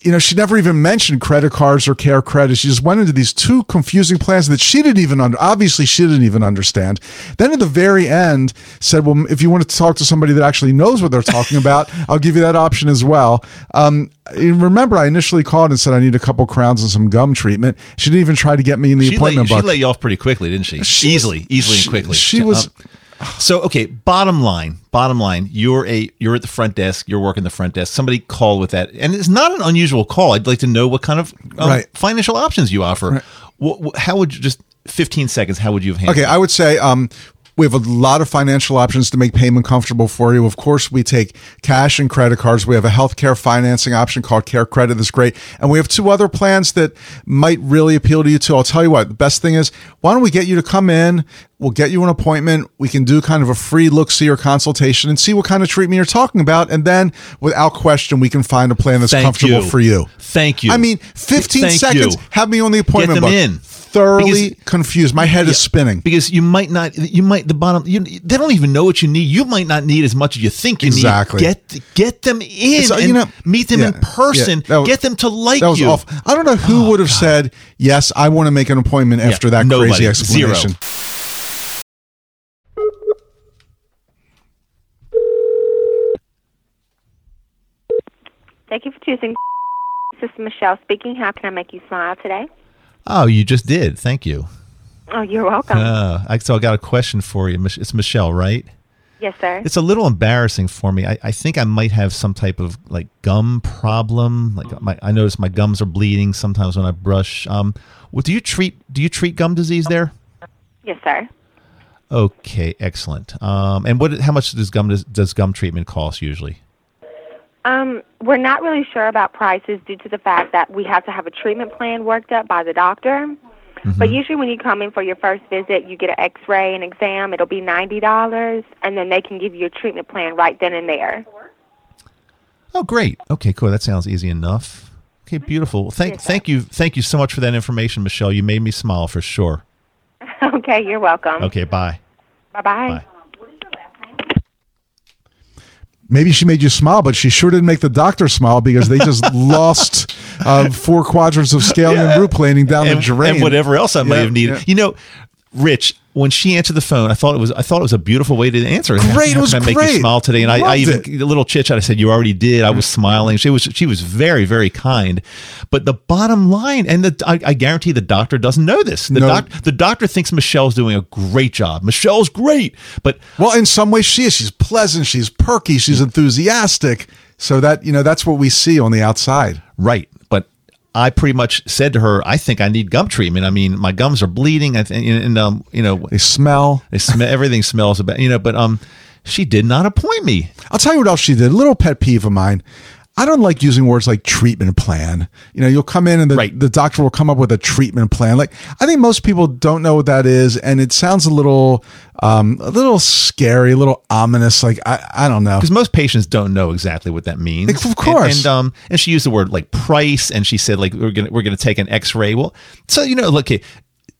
Speaker 3: you know, she never even mentioned credit cards or care credit. She just went into these two confusing plans that she didn't even under, obviously she didn't even understand. Then at the very end said, well, if you want to talk to somebody that actually knows what they're talking about, I'll give you that option as well. Um, and remember, I initially called and said I need a couple crowns and some gum treatment. She didn't even try to get me in the
Speaker 2: she let,
Speaker 3: appointment
Speaker 2: she
Speaker 3: book.
Speaker 2: let you off pretty quickly, didn't she? easily, easily, and quickly.
Speaker 3: she was-
Speaker 2: Um, so okay. Bottom line, bottom line. You're a you're at the front desk. You're working the front desk. Somebody call with that, and it's not an unusual call. I'd like to know what kind of um,
Speaker 3: Right.
Speaker 2: financial options you offer. Wha- wha- how would you just fifteen seconds? How would you have handled?
Speaker 3: Okay, I would say um, we have a lot of financial options to make payment comfortable for you. Of course, we take cash and credit cards. We have a healthcare financing option called Care Credit that's great. And we have two other plans that might really appeal to you too. I'll tell you what, the best thing is why don't we get you to come in? We'll get you an appointment. We can do kind of a free look see or consultation and see what kind of treatment you're talking about. And then without question, we can find a plan that's
Speaker 2: Thank
Speaker 3: comfortable
Speaker 2: you.
Speaker 3: for you.
Speaker 2: Thank you.
Speaker 3: I mean, 15
Speaker 2: Thank
Speaker 3: seconds.
Speaker 2: you.
Speaker 3: Have me on the appointment
Speaker 2: Get them
Speaker 3: book.
Speaker 2: in.
Speaker 3: Thoroughly confused. My head is spinning.
Speaker 2: because you might not you might the bottom you, they don't even know what you need you might not need as much as you think you
Speaker 3: Exactly.
Speaker 2: need exactly get get them in
Speaker 3: It's, uh,
Speaker 2: and meet them in
Speaker 3: yeah,
Speaker 2: person
Speaker 3: yeah, that was-
Speaker 2: get them to like
Speaker 3: that was
Speaker 2: you Oh,
Speaker 3: awful. I don't know who would have said, yes, I want to make an appointment
Speaker 2: Yeah,
Speaker 3: after that
Speaker 2: nobody.
Speaker 3: crazy
Speaker 2: Zero.
Speaker 3: explanation.
Speaker 16: Thank you for choosing. This is Michelle speaking. How can I make you smile today?
Speaker 2: Oh, you just did. Thank you.
Speaker 16: Oh, you're welcome.
Speaker 2: Uh, I, so I got a question for you. Mich- It's Michelle, right?
Speaker 16: yes, sir.
Speaker 2: It's a little embarrassing for me. I, I think I might have some type of like gum problem. Like my, I notice my gums are bleeding sometimes when I brush. Um, well, do you treat do you treat gum disease there?
Speaker 16: yes, sir.
Speaker 2: Okay, excellent. Um, and what? How much does gum does, does gum treatment cost usually?
Speaker 16: Um, we're not really sure about prices due to the fact that we have to have a treatment plan worked up by the doctor.
Speaker 2: Mm-hmm.
Speaker 16: But usually, when you come in for your first visit, you get an x ray and exam. It'll be $90, and then they can give you a treatment plan right then and there.
Speaker 2: Oh, great. Okay, cool. That sounds easy enough. Okay, beautiful. Well, thank thank you thank you so much for that information, Michelle. You made me smile for sure.
Speaker 16: okay, you're welcome.
Speaker 2: Okay, bye.
Speaker 16: Bye bye.
Speaker 3: Maybe she made you smile, but she sure didn't make the doctor smile because they just lost uh, four quadrants of scallion root planing down
Speaker 2: and,
Speaker 3: the drain.
Speaker 2: and whatever else I might
Speaker 3: Yeah,
Speaker 2: have needed.
Speaker 3: yeah.
Speaker 2: You know, Rich, when she answered the phone, I thought it was I thought it was a beautiful way to answer. it. How-
Speaker 3: Great, it
Speaker 2: how
Speaker 3: was
Speaker 2: can I make
Speaker 3: great.
Speaker 2: you smile today, and I, I
Speaker 3: Loved
Speaker 2: even a little chit chat. I said you already did. I was smiling. She was she was very very kind, but the bottom line, and the I, I guarantee the doctor doesn't know this. The
Speaker 3: No.
Speaker 2: doc, the doctor thinks Michelle's doing a great job. Michelle's great, but
Speaker 3: well, in some ways she is. She's pleasant. She's perky. She's enthusiastic. So that you know, that's what we see on the outside.
Speaker 2: Right, but I pretty much said to her, "I think I need gum treatment. I mean, my gums are bleeding. I think, and, and, um, you know,
Speaker 3: they smell.
Speaker 2: They smell. Everything smells about, you know. But um, she did not appoint me.
Speaker 3: I'll tell you what else she did. A little pet peeve of mine. I don't like using words like treatment plan. You know, you'll come in and the, the doctor will come up with a treatment plan. Like I think most people don't know what that is, and it sounds a little, um, a little scary, a little ominous. Like I, I don't know.
Speaker 2: Because most patients don't know exactly what that means.
Speaker 3: Oh. Of
Speaker 2: And-
Speaker 3: course.
Speaker 2: And, um, and she used the word like price, and she said like we're gonna we're gonna take an X ray. Well, so you know, look, okay,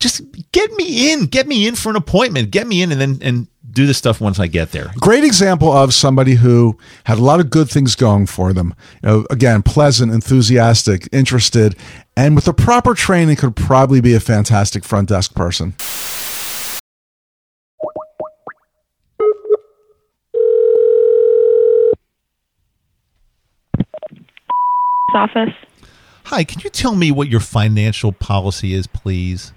Speaker 2: just get me in, get me in for an appointment, get me in, and then and do the stuff once I get there.
Speaker 3: Great example of somebody who had a lot of good things going for them. You know, again, pleasant, enthusiastic, interested, and with the proper training could probably be a fantastic front desk person.
Speaker 17: office.
Speaker 2: Hi, can you tell me what your financial policy is, please?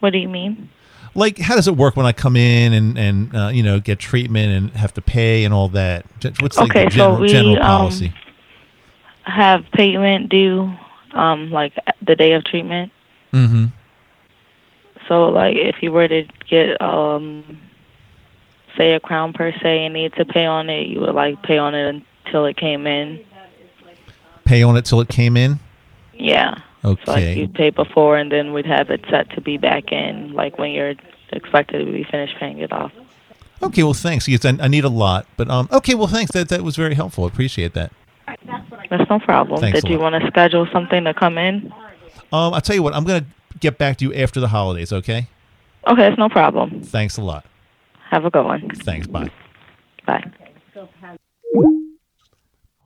Speaker 17: What do you mean?
Speaker 2: like how does it work when I come in and and uh, you know get treatment and have to pay and all that? Ge- What's like
Speaker 17: Okay,
Speaker 2: the
Speaker 17: so
Speaker 2: general,
Speaker 17: we,
Speaker 2: general
Speaker 17: um,
Speaker 2: policy?
Speaker 17: Have payment due, um, like the day of treatment.
Speaker 2: mm-hmm.
Speaker 17: So, like, if you were to get, um, say, a crown per se and need to pay on it, you would like pay on it until it came in.
Speaker 2: Pay on it till it came in.
Speaker 17: Yeah. So, like,
Speaker 2: Okay,
Speaker 17: you'd pay before, and then we'd have it set to be back in, like when you're expected to be finished paying it off.
Speaker 2: okay. Well, thanks. Yes, I, I need a lot, but um, okay. Well, thanks. That that was very helpful. I appreciate that.
Speaker 17: That's no problem.
Speaker 2: Thanks
Speaker 17: Did
Speaker 2: a
Speaker 17: you
Speaker 2: lot.
Speaker 17: want to schedule something to come in?
Speaker 2: Um, I'll tell you what. I'm gonna get back to you after the holidays. Okay.
Speaker 17: Okay, it's no problem.
Speaker 2: Thanks a lot.
Speaker 17: Have a good one.
Speaker 2: Thanks. Bye.
Speaker 17: Bye.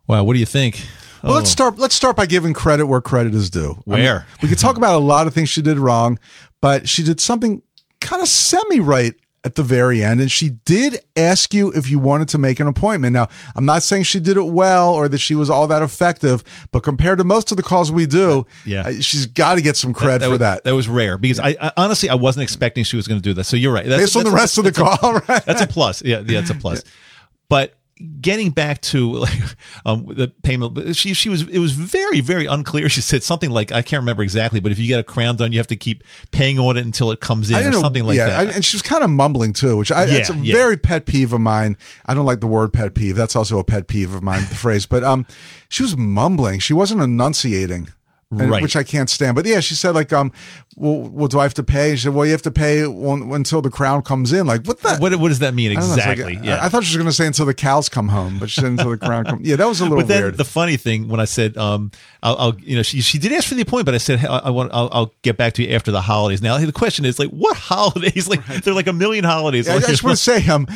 Speaker 2: Wow. What do you think? Oh.
Speaker 3: Well, let's start. Let's start by giving credit where credit is due. I mean,
Speaker 2: Where?
Speaker 3: we could talk about a lot of things she did wrong, but she did something kind of semi right at the very end, and she did ask you if you wanted to make an appointment. Now, I'm not saying she did it well or that she was all that effective, but compared to most of the calls we do,
Speaker 2: Yeah.
Speaker 3: uh, she's got to get some credit for
Speaker 2: was,
Speaker 3: that.
Speaker 2: That was rare because I, I honestly I wasn't expecting she was going to do that. So you're right.
Speaker 3: Based on the rest of the
Speaker 2: that's a-
Speaker 3: call, right?
Speaker 2: That's a plus. Yeah, yeah, it's a plus. But getting back to like um, the payment, but she she was it was very very unclear. She said something like I can't remember exactly, but if you get a crown done, you have to keep paying on it until it comes in or something like
Speaker 3: yeah,
Speaker 2: that.
Speaker 3: I- and she was kind of mumbling too, which I,
Speaker 2: Yeah,
Speaker 3: it's a
Speaker 2: yeah.
Speaker 3: very pet peeve of mine. I don't like the word pet peeve. That's also a pet peeve of mine, the phrase. But um, she was mumbling. She wasn't enunciating. and-
Speaker 2: Right.
Speaker 3: Which I can't stand, but yeah, she said like, um, well, well, do I have to pay? She said, well, you have to pay on, until the crown comes in. Like, what the?
Speaker 2: what what does that mean
Speaker 3: I don't know, it's like-
Speaker 2: exactly? yeah.
Speaker 3: I, I thought she was going to say until the cows come home, but she said until the crown comes. Yeah, that was a little
Speaker 2: But then
Speaker 3: weird.
Speaker 2: the funny thing when I said, um, I'll, I'll you know, she she did ask for the appointment, but I said hey, I, I want I'll, I'll get back to you after the holidays. Now the question is like, what holidays? Like there are like a million holidays.
Speaker 3: Yeah, I
Speaker 2: Like,
Speaker 3: just want to say, um,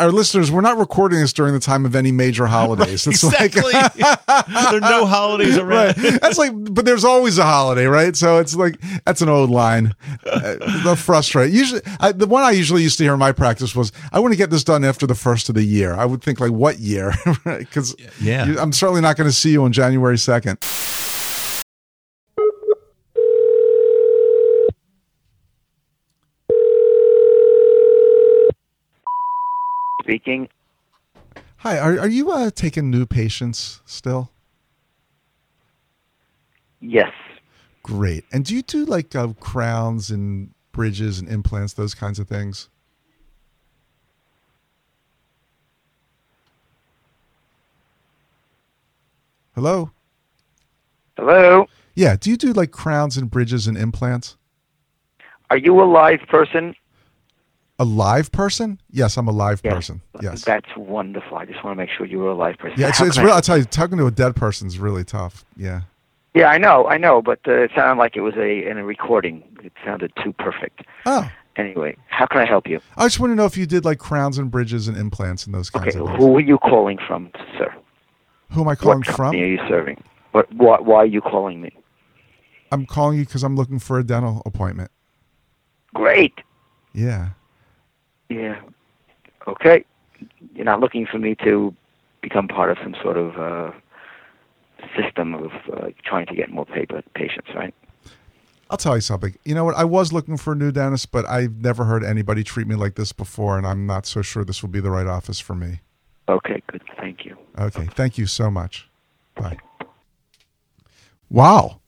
Speaker 3: our listeners, we're not recording this during the time of any major holidays. It's like
Speaker 2: exactly. there are no holidays around.
Speaker 3: Right. That's like, but there there's always a holiday, right? So it's like that's an old line. Uh, the frustrate. Usually, I, the one I usually used to hear in my practice was, "I want to get this done after the first of the year." I would think like, "What year?" Because
Speaker 2: Yeah.
Speaker 3: I'm certainly not going to see you on January second.
Speaker 18: Speaking.
Speaker 3: Hi, are are you uh, taking new patients still?
Speaker 18: Yes.
Speaker 3: Great. And do you do like uh, crowns and bridges and implants, those kinds of things? Hello?
Speaker 18: Hello.
Speaker 3: Yeah. Do you do like crowns and bridges and implants?
Speaker 18: Are you a live person?
Speaker 3: A live person? Yes, I'm a live person.
Speaker 18: Yes. That's wonderful. I just want to make sure you were a live person.
Speaker 3: Yeah, it's,
Speaker 18: How
Speaker 3: it's
Speaker 18: can
Speaker 3: real.
Speaker 18: I-
Speaker 3: I'll tell you, talking to a dead person is really tough. Yeah.
Speaker 18: Yeah, I know, I know, but uh, it sounded like it was a in a recording. It sounded too perfect.
Speaker 3: Oh.
Speaker 18: Anyway, how can I help you?
Speaker 3: I just want to know if you did like crowns and bridges and implants and those kinds
Speaker 18: Okay,
Speaker 3: of things.
Speaker 18: who are you calling from, sir?
Speaker 3: Who am I calling
Speaker 18: what
Speaker 3: from?
Speaker 18: company are you serving? What? Why, why are you calling me?
Speaker 3: I'm calling you because I'm looking for a dental appointment.
Speaker 18: Great.
Speaker 3: Yeah.
Speaker 18: Yeah. Okay. You're not looking for me to become part of some sort of uh, system of uh, trying to get more paper patients, right?
Speaker 3: I'll tell you something. You know what? I was looking for a new dentist, but I've never heard anybody treat me like this before, and I'm not so sure this will be the right office for me.
Speaker 18: Okay. Good. Thank you.
Speaker 3: Okay. Thank you so much. Bye. Wow.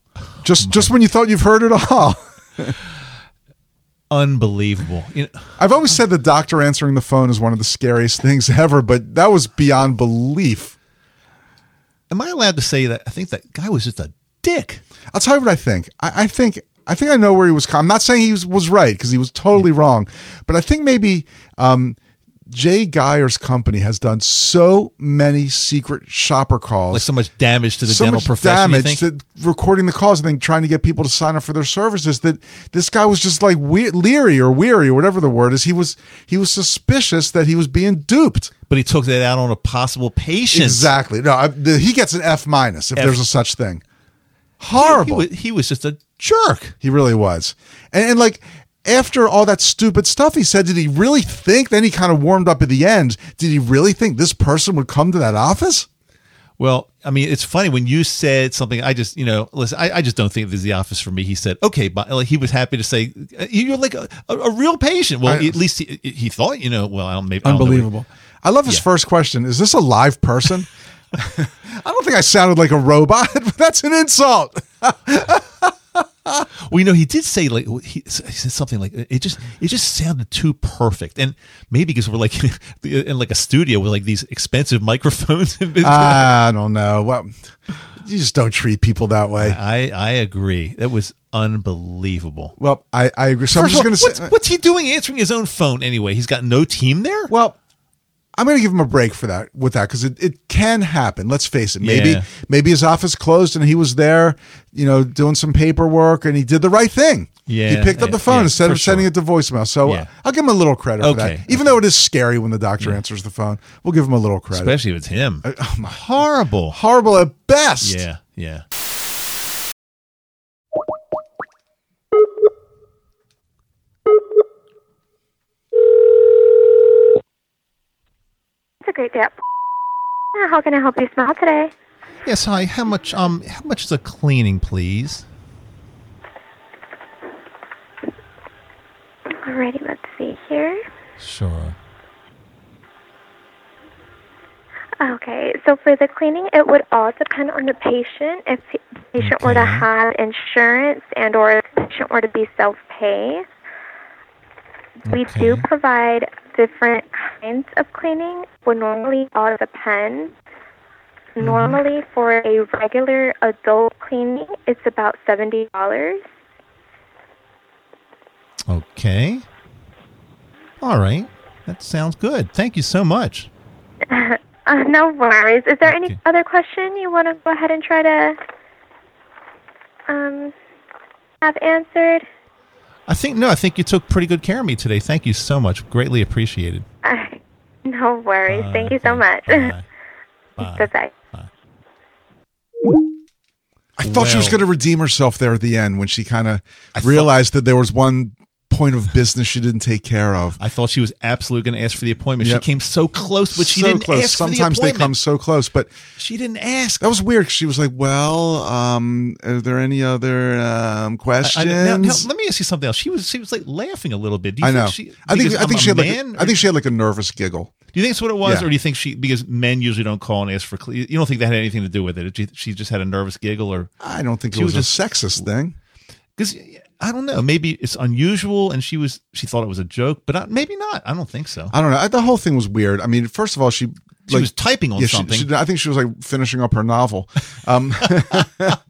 Speaker 3: Just just when you thought you've heard it all.
Speaker 2: Unbelievable. You know,
Speaker 3: I've always said the doctor answering the phone is one of the scariest things ever, but that was beyond belief.
Speaker 2: Am I allowed to say that? I think that guy was just a dick.
Speaker 3: I'll tell you what I think. I, I think I think I know where he was. com- I'm not saying he was, was right because he was totally wrong, but I think maybe um, Jay Geyer's company has done so many secret shopper calls,
Speaker 2: like so much damage to the
Speaker 3: so
Speaker 2: dental
Speaker 3: much
Speaker 2: profession. you
Speaker 3: damage
Speaker 2: think?
Speaker 3: to recording the calls and then trying to get people to sign up for their services. That this guy was just like we- leery or weary or whatever the word is. He was he was suspicious that he was being duped.
Speaker 2: But he took that out on a possible patient.
Speaker 3: Exactly. No, I, the, he gets an F minus if
Speaker 2: F.
Speaker 3: there's a such thing. Horrible. He,
Speaker 2: was, just a jerk.
Speaker 3: He really was. And, and like after all that stupid stuff he said, did he really think? Then he kind of warmed up at the end. Did he really think this person would come to that office?
Speaker 2: Well, I mean, it's funny when you said something. I just, you know, listen, I, I just don't think this is the office for me. He said, okay, but like, he was happy to say, uh, you're like a, a, a real patient. Well,
Speaker 3: I-
Speaker 2: at least he, he thought, you know, well, I don't, maybe I don't know what-
Speaker 3: Unbelievable. I love his first question. Is this a live person? I don't think I sounded like a robot, but that's an insult.
Speaker 2: Well, you know, he did say like he, he said something like it just it just sounded too perfect, and maybe because we're like in like a studio with like these expensive microphones.
Speaker 3: I don't know. Well, you just don't treat people that way.
Speaker 2: I I agree. That was unbelievable.
Speaker 3: Well, I, I agree. So
Speaker 2: First
Speaker 3: I'm
Speaker 2: of all,
Speaker 3: just going
Speaker 2: what's,
Speaker 3: to say. uh,
Speaker 2: what's he doing answering his own phone anyway? He's got no team there.
Speaker 3: Well, I'm going to give him a break for that with that because it, it can happen. Let's face it. Maybe
Speaker 2: Yeah.
Speaker 3: maybe his office closed and he was there, you know, doing some paperwork and he did the right thing.
Speaker 2: Yeah,
Speaker 3: he picked up
Speaker 2: yeah,
Speaker 3: the phone
Speaker 2: yeah,
Speaker 3: instead
Speaker 2: for
Speaker 3: of sending it to voicemail. So uh,
Speaker 2: Yeah.
Speaker 3: I'll give him a little credit for that.
Speaker 2: Okay,
Speaker 3: Even though it is scary when the doctor answers the phone, we'll give him a little credit.
Speaker 2: especially if it's him.
Speaker 3: Uh, oh my-
Speaker 2: horrible,
Speaker 3: horrible at best.
Speaker 2: Yeah, yeah.
Speaker 19: It's a great day. How can I help you smile today?
Speaker 2: Yes, hi. How much um how much is a cleaning, please?
Speaker 19: Alrighty, let's see here.
Speaker 2: Sure.
Speaker 19: Okay, so for the cleaning, it would all depend on the patient. If the patient were to
Speaker 2: Okay.
Speaker 19: have insurance and or if the patient were to be self-pay, we do provide different kinds of cleaning. Would normally all depend.
Speaker 2: Mm-hmm.
Speaker 19: Normally, for a regular adult cleaning, it's about seventy dollars.
Speaker 2: Okay. All right. That sounds good. Thank you so much.
Speaker 19: Uh, no worries. Is there any other question you want to go ahead and try to um, have answered?
Speaker 2: I think no, I think you took pretty good care of me today. Thank you so much. Greatly appreciated.
Speaker 19: Uh, no worries. Thank you so much.
Speaker 2: Bye. Bye.
Speaker 19: bye.
Speaker 3: I thought she was
Speaker 2: Well.
Speaker 3: going to redeem herself there at the end when she kind of realized that there was one point of business she didn't take care of.
Speaker 2: I thought she was absolutely going to ask for the appointment.
Speaker 3: Yep.
Speaker 2: She came so close, but she
Speaker 3: so
Speaker 2: didn't
Speaker 3: close.
Speaker 2: ask for the
Speaker 3: Sometimes they
Speaker 2: appointment.
Speaker 3: come so close, but
Speaker 2: she didn't ask.
Speaker 3: That was weird. 'cause She was like, "Well, um, are there any other um,
Speaker 2: I- I-
Speaker 3: questions?"
Speaker 2: now, now, let me ask you something else. She was she was like laughing a little bit. Do you
Speaker 3: I
Speaker 2: think
Speaker 3: know.
Speaker 2: She,
Speaker 3: I think
Speaker 2: because
Speaker 3: I think
Speaker 2: I'm
Speaker 3: she
Speaker 2: a
Speaker 3: had like,
Speaker 2: man,
Speaker 3: I think she had like a nervous giggle.
Speaker 2: Do you think that's what it was,
Speaker 3: Yeah.
Speaker 2: or do you think she because men usually don't call and ask for? cle- You don't think that had anything to do with it? She- She just had a nervous giggle, or
Speaker 3: I don't think it was, a sexist thing.
Speaker 2: Because I don't know, maybe it's unusual, and she was she thought it was a joke, but I, maybe not. I don't think so.
Speaker 3: I don't know. I- The whole thing was weird. I mean, first of all, she
Speaker 2: She was typing on
Speaker 3: Yeah, she-
Speaker 2: something.
Speaker 3: she- I think she was like finishing up her novel. Um, but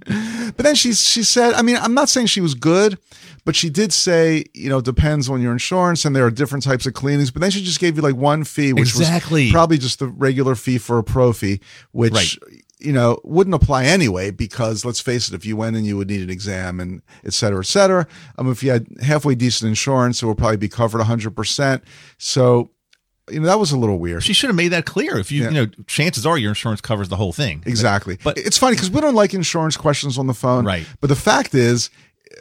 Speaker 3: then she she said, I mean, I'm not saying she was good, but she did say, you know, depends on your insurance, and there are different types of cleanings. But then she just gave you like one fee, which
Speaker 2: Exactly.
Speaker 3: was probably just the regular fee for a pro fee, which.
Speaker 2: Right.
Speaker 3: You know, wouldn't apply anyway because let's face it, if you went in, you would need an exam and et cetera, et cetera. Um, if you had halfway decent insurance, it would probably be covered 100%. So, you know, that was a little weird.
Speaker 2: She should have made that clear. If you
Speaker 3: Yeah.
Speaker 2: you know, chances are your insurance covers the whole thing.
Speaker 3: Exactly.
Speaker 2: But
Speaker 3: But it's funny because we don't like insurance questions on the phone. Right. But the fact is,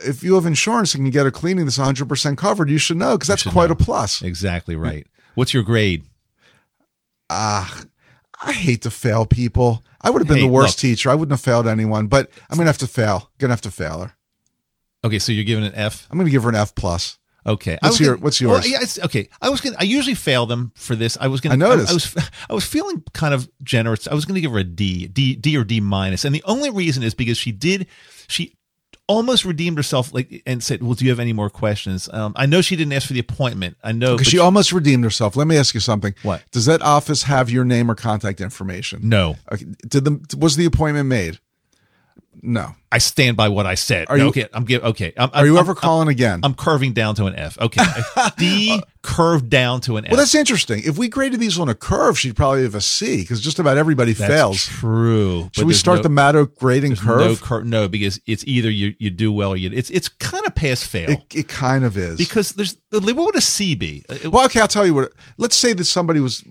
Speaker 3: if you have insurance and can get a cleaning that's 100% covered, you should know because that's quite a plus.
Speaker 2: Exactly right. What's your grade?
Speaker 3: Ah, I hate to fail people. I would have been
Speaker 2: Hey,
Speaker 3: the worst
Speaker 2: look.
Speaker 3: teacher. I wouldn't have failed anyone, but I'm going to have to fail. Going to have to fail her.
Speaker 2: Okay, so you're giving an F.
Speaker 3: I'm going to give her an F plus.
Speaker 2: Okay. I
Speaker 3: What's,
Speaker 2: was
Speaker 3: your,
Speaker 2: gonna-
Speaker 3: what's
Speaker 2: Well,
Speaker 3: yours?
Speaker 2: yeah, it's, okay. I was gonna. I usually fail them for this. I was gonna.
Speaker 3: I noticed.
Speaker 2: I, was. I was feeling kind of generous. I was gonna give her a D, D, D or D minus, and the only reason is because she did. She almost redeemed herself, like and said, "Well, do you have any more questions?" Um, I know she didn't ask for the appointment. I know,
Speaker 3: Because
Speaker 2: but
Speaker 3: she almost redeemed herself. Let me ask you something.
Speaker 2: What?
Speaker 3: Does that office have your name or contact information?
Speaker 2: No.
Speaker 3: Okay. Did the was the appointment made? No.
Speaker 2: I stand by what I said.
Speaker 3: Are you-
Speaker 2: okay, I'm giving. Okay, I'm,
Speaker 3: Are you
Speaker 2: I'm-
Speaker 3: ever
Speaker 2: I'm-
Speaker 3: calling again?
Speaker 2: I'm curving down to an F. Okay, A D curved down to an F.
Speaker 3: Well, that's interesting. If we graded these on a curve, she'd probably have a C because just about everybody
Speaker 2: That's
Speaker 3: fails.
Speaker 2: True.
Speaker 3: Should
Speaker 2: but
Speaker 3: we
Speaker 2: there's
Speaker 3: start
Speaker 2: no-
Speaker 3: the Maddow grading
Speaker 2: There's
Speaker 3: curve?
Speaker 2: No, cur- no, because it's either you you do well or you it's it's kind of pass fail
Speaker 3: It, it kind of is.
Speaker 2: because there's what would a C be? Uh,
Speaker 3: well, okay, I'll tell you what. Let's say that somebody was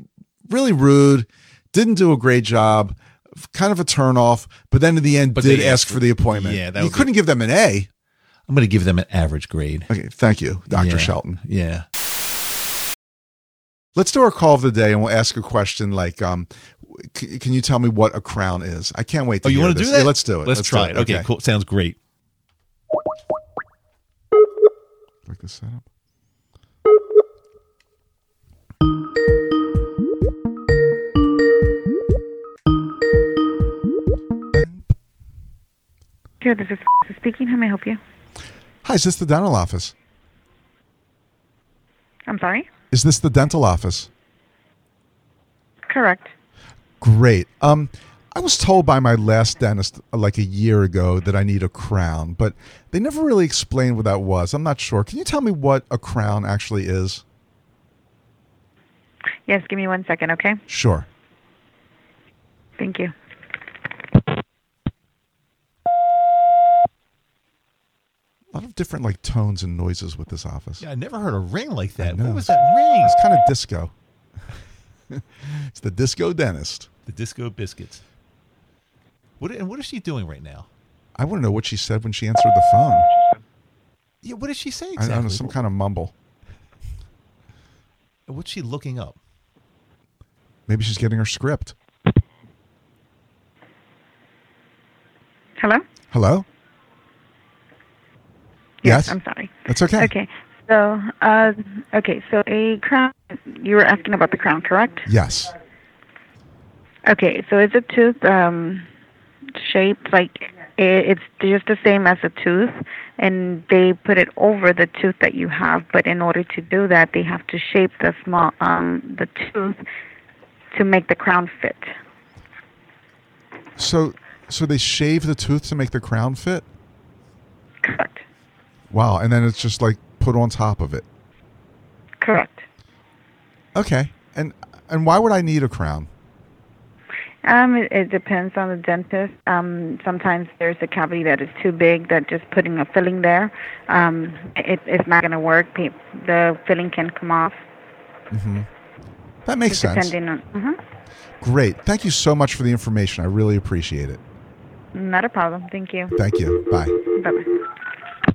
Speaker 3: really rude, didn't do a great job, kind of a turnoff, but then in the end
Speaker 2: But
Speaker 3: did
Speaker 2: they
Speaker 3: ask
Speaker 2: asked
Speaker 3: for the appointment.
Speaker 2: Yeah, that
Speaker 3: you
Speaker 2: would be-
Speaker 3: couldn't give them an A.
Speaker 2: I'm going to give them an average grade.
Speaker 3: Okay, thank you, Dr.
Speaker 2: Yeah.
Speaker 3: Shelton.
Speaker 2: Yeah.
Speaker 3: Let's do our call of the day, and we'll ask a question like, um, c- "Can you tell me what a crown is?" I can't wait. to
Speaker 2: Oh, you
Speaker 3: hear
Speaker 2: want to
Speaker 3: this.
Speaker 2: do that?
Speaker 3: Yeah, let's do it.
Speaker 2: Let's, try
Speaker 3: do
Speaker 2: it. Okay, cool. Sounds great.
Speaker 3: Like this setup.
Speaker 20: Here, this is speaking. How may I help you?
Speaker 3: Hi, is this the dental office?
Speaker 20: I'm sorry.
Speaker 3: Is this the dental office?
Speaker 20: Correct.
Speaker 3: Great. Um, I was told by my last dentist uh, like a year ago that I need a crown, but they never really explained what that was. I'm not sure. Can you tell me what a crown actually is?
Speaker 20: Yes, give me one second, okay?
Speaker 3: Sure.
Speaker 20: Thank you.
Speaker 3: A lot of different like tones and noises with this office.
Speaker 2: Yeah, I never heard a ring like that.
Speaker 3: know.
Speaker 2: What was that ring?
Speaker 3: It's kind of disco. it's the disco dentist.
Speaker 2: The Disco Biscuits. What and what is she doing right now?
Speaker 3: I want to know what she said when she answered the phone.
Speaker 2: Yeah, what did she say
Speaker 3: I, I
Speaker 2: exactly?
Speaker 3: don't know, some kind of mumble.
Speaker 2: What's she looking up?
Speaker 3: Maybe she's getting her script.
Speaker 20: Hello?
Speaker 3: Hello? Yes.
Speaker 20: I'm sorry.
Speaker 3: That's okay.
Speaker 20: Okay. So, uh, okay, so a crown, you were asking about the crown, correct?
Speaker 3: Yes.
Speaker 20: Okay, so it's a tooth um, shape, like it, it's just the same as a tooth, and they put it over the tooth that you have. But in order to do that, they have to shape the small um, the tooth to make the crown fit.
Speaker 3: So, so they shave the tooth to make the crown fit.
Speaker 20: Correct.
Speaker 3: Wow, and then it's just like put on top of it.
Speaker 20: Correct.
Speaker 3: Okay, and and why would I need a crown?
Speaker 20: Um, it, it depends on the dentist. Um, sometimes there's a cavity that is too big that just putting a filling there, um, it, it's not going to work. Pe- The filling can come off.
Speaker 3: hmm That makes sense.
Speaker 20: Depending on. mhm.
Speaker 3: Great. Thank you so much for the information. I really appreciate it.
Speaker 20: Not a problem. Thank you.
Speaker 3: Thank you. Bye.
Speaker 20: Bye bye.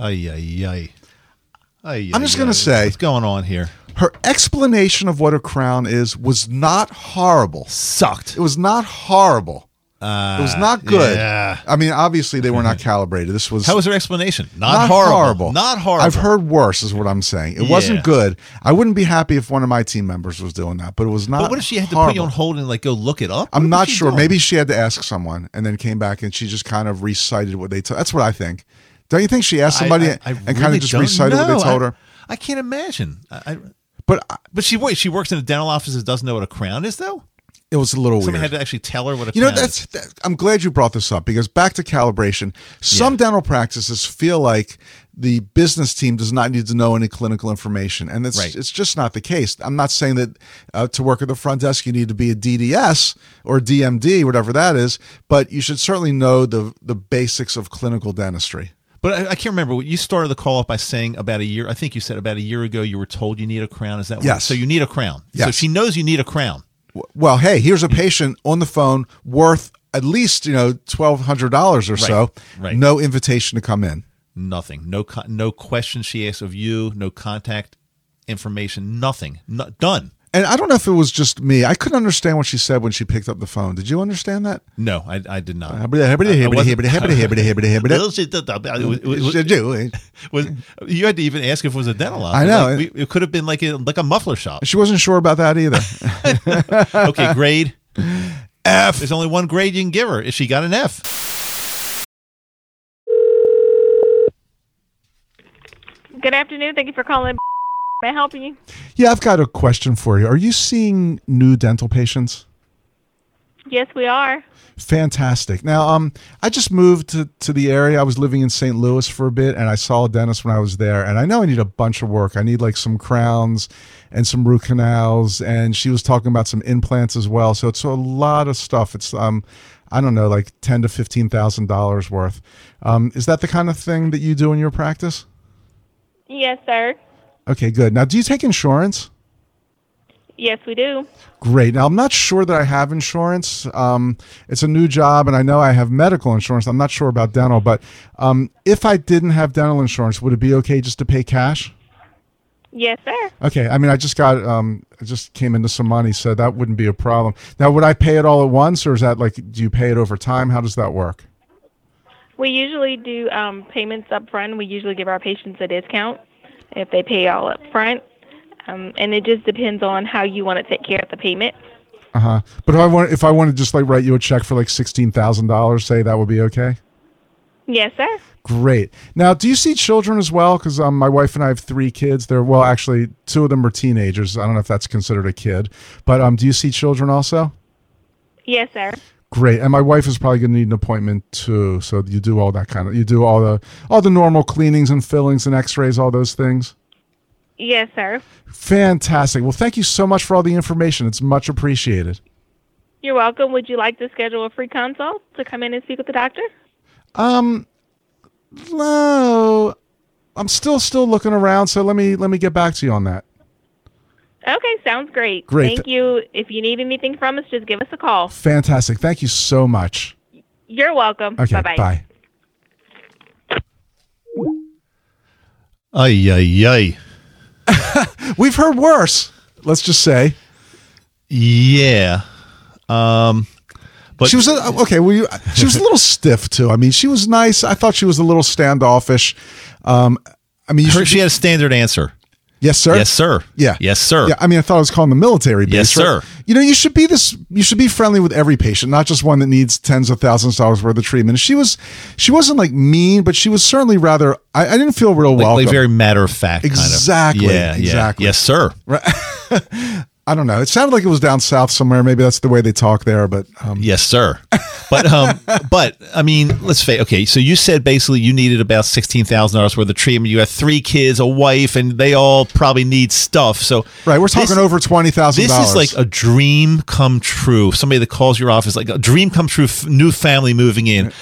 Speaker 2: Ay, ay, ay. Ay,
Speaker 3: I'm just
Speaker 2: ay,
Speaker 3: going
Speaker 2: ay.
Speaker 3: to say
Speaker 2: What's going on here?
Speaker 3: Her explanation of what a crown is was not horrible.
Speaker 2: Sucked. Uh,
Speaker 3: It was not horrible. it was not good.
Speaker 2: yeah.
Speaker 3: I mean, obviously they were not calibrated. This was
Speaker 2: How was her explanation? Not, horrible. Not horrible.
Speaker 3: I've heard worse, is what I'm saying. It
Speaker 2: Yeah.
Speaker 3: wasn't good. I wouldn't be happy if one of my team members was doing that, but it was not.
Speaker 2: But what if she had to put you
Speaker 3: horrible.
Speaker 2: on hold and like go look it up?
Speaker 3: I'm
Speaker 2: What
Speaker 3: not
Speaker 2: was she
Speaker 3: sure.
Speaker 2: doing?
Speaker 3: Maybe she had to ask someone and then came back and she just kind of recited what they told. That's what I think. Don't you think she asked somebody and kind
Speaker 2: really
Speaker 3: of just
Speaker 2: don't
Speaker 3: recited what
Speaker 2: know.
Speaker 3: they told
Speaker 2: I-
Speaker 3: her?
Speaker 2: I can't imagine. I, I,
Speaker 3: but
Speaker 2: but she wait, she works in a dental office that doesn't know what a crown is though.
Speaker 3: It was a little
Speaker 2: Somebody
Speaker 3: weird.
Speaker 2: had to actually tell her what a
Speaker 3: you know,
Speaker 2: crown
Speaker 3: that's.
Speaker 2: is.
Speaker 3: That, I'm glad you brought this up because back to calibration. Some dental practices feel like the business team does not need to know any clinical information, and it's
Speaker 2: Right.
Speaker 3: it's just not the case. I'm not saying that uh, to work at the front desk you need to be a DDS or DMD, whatever that is, but you should certainly know the the basics of clinical dentistry.
Speaker 2: But I, I can't remember. You started the call off by saying about a year. I think you said about a year ago you were told you need a crown. Is that what-
Speaker 3: Yes.
Speaker 2: So you need a crown. So
Speaker 3: Yes.
Speaker 2: she knows you need a crown.
Speaker 3: well, hey, here's a patient on the phone worth at least you know twelve hundred dollars or so.
Speaker 2: Right.
Speaker 3: No invitation to come in.
Speaker 2: Nothing. No. Con- no questions she asks of you. No contact information. Nothing. No, done.
Speaker 3: And I don't know if it was just me. I couldn't understand what she said when she picked up the phone. Did you understand that?
Speaker 2: No, I, I did not.
Speaker 3: Hibbity, hibbity,
Speaker 2: I- I wasn't-
Speaker 3: hibbity, hibbity, hibbity, hibbity, hibbity, hibbity.
Speaker 2: Well, she did that, but it was- it was-
Speaker 3: uh, Should do it.
Speaker 2: was- you had to even ask if it was a dental office.
Speaker 3: I know. eh?
Speaker 2: Like, we- it could have been like a, like a muffler shop.
Speaker 3: She wasn't sure about that either.
Speaker 2: okay, grade F. There's only one grade you can give her. If she got an F,
Speaker 21: Good afternoon. Thank you for calling. May I help you?
Speaker 3: yeah, I've got a question for you. Are you seeing new dental patients?
Speaker 21: Yes, we are.
Speaker 3: Fantastic. Now, um, I just moved to, to the area. I was living in St. Louis for a bit, and I saw a dentist when I was there. And I know I need a bunch of work. I need like some crowns and some root canals, and she was talking about some implants as well. So it's a lot of stuff. It's um, I don't know, like ten to fifteen thousand dollars worth. Um, is that the kind of thing that you do in your practice?
Speaker 21: Yes, sir.
Speaker 3: Okay, good. Now, do you take insurance?
Speaker 21: Yes, we do.
Speaker 3: Great. Now, I'm not sure that I have insurance. Um, it's a new job, and I know I have medical insurance. I'm not sure about dental, but um, if I didn't have dental insurance, would it be okay just to pay cash?
Speaker 21: Yes, sir.
Speaker 3: Okay. I mean, I just got, um, I just came into some money, so that wouldn't be a problem. Now, would I pay it all at once, or is that like, do you pay it over time? How does that work?
Speaker 21: We usually do um, payments up front. We usually give our patients a discount if they pay all up front. Um, and it just depends on how you want to take care of the payment.
Speaker 3: Uh huh. But if I want, if I want to just like write you a check for like sixteen thousand dollars, say that would be okay.
Speaker 21: Yes, sir.
Speaker 3: Great. Now, do you see children as well? Because um, my wife and I have three kids. They're well, actually, two of them are teenagers. I don't know if that's considered a kid, but um, do you see children also?
Speaker 21: Yes, sir.
Speaker 3: Great. And my wife is probably going to need an appointment too. So you do all that kind of, you do all the all the normal cleanings and fillings and X-rays, all those things.
Speaker 21: Yes, sir.
Speaker 3: Fantastic. Well, thank you so much for all the information. It's much appreciated.
Speaker 21: You're welcome. Would you like to schedule a free consult to come in and speak with the doctor?
Speaker 3: Um, no, I'm still still looking around. So let me let me get back to you on that.
Speaker 21: Okay, sounds great.
Speaker 3: Great.
Speaker 21: Thank you. If you need anything from us, just give us a call.
Speaker 3: Fantastic. Thank you so much.
Speaker 21: You're welcome.
Speaker 3: Okay,
Speaker 21: Bye-bye.
Speaker 3: bye.
Speaker 2: ay ay
Speaker 3: ay. We've heard worse. Let's just say.
Speaker 2: Yeah. Um, but
Speaker 3: she was a, okay. Well, you, she was a little stiff too. I mean, she was nice. I thought she was a little standoffish. Um, I mean, you
Speaker 2: her,
Speaker 3: should-
Speaker 2: she had a standard answer.
Speaker 3: yes, sir.
Speaker 2: Yes, sir.
Speaker 3: Yeah.
Speaker 2: Yes, sir.
Speaker 3: Yeah, I mean, I thought I was calling the military base.
Speaker 2: Yes,
Speaker 3: right?
Speaker 2: sir.
Speaker 3: You know, you should be this. You should be friendly with every patient, not just one that needs tens of thousands of dollars worth of treatment. She was, she wasn't like mean, but she was certainly rather. I, I didn't feel real
Speaker 2: Like,
Speaker 3: welcome.
Speaker 2: like very matter of fact.
Speaker 3: Exactly,
Speaker 2: Kind of. Yeah,
Speaker 3: exactly.
Speaker 2: Yeah. Yes, sir.
Speaker 3: I don't know. It sounded like it was down south somewhere. Maybe that's the way they talk there. But um,
Speaker 2: Yes, sir. But um, but I mean, let's face. Okay, so you said basically you needed about sixteen thousand dollars worth of treatment. You have three kids, a wife, and they all probably need stuff. So
Speaker 3: right, we're talking
Speaker 2: this-
Speaker 3: over twenty thousand.
Speaker 2: This is like a dream come true. Somebody that calls your office, like a dream come true. F- new family moving in.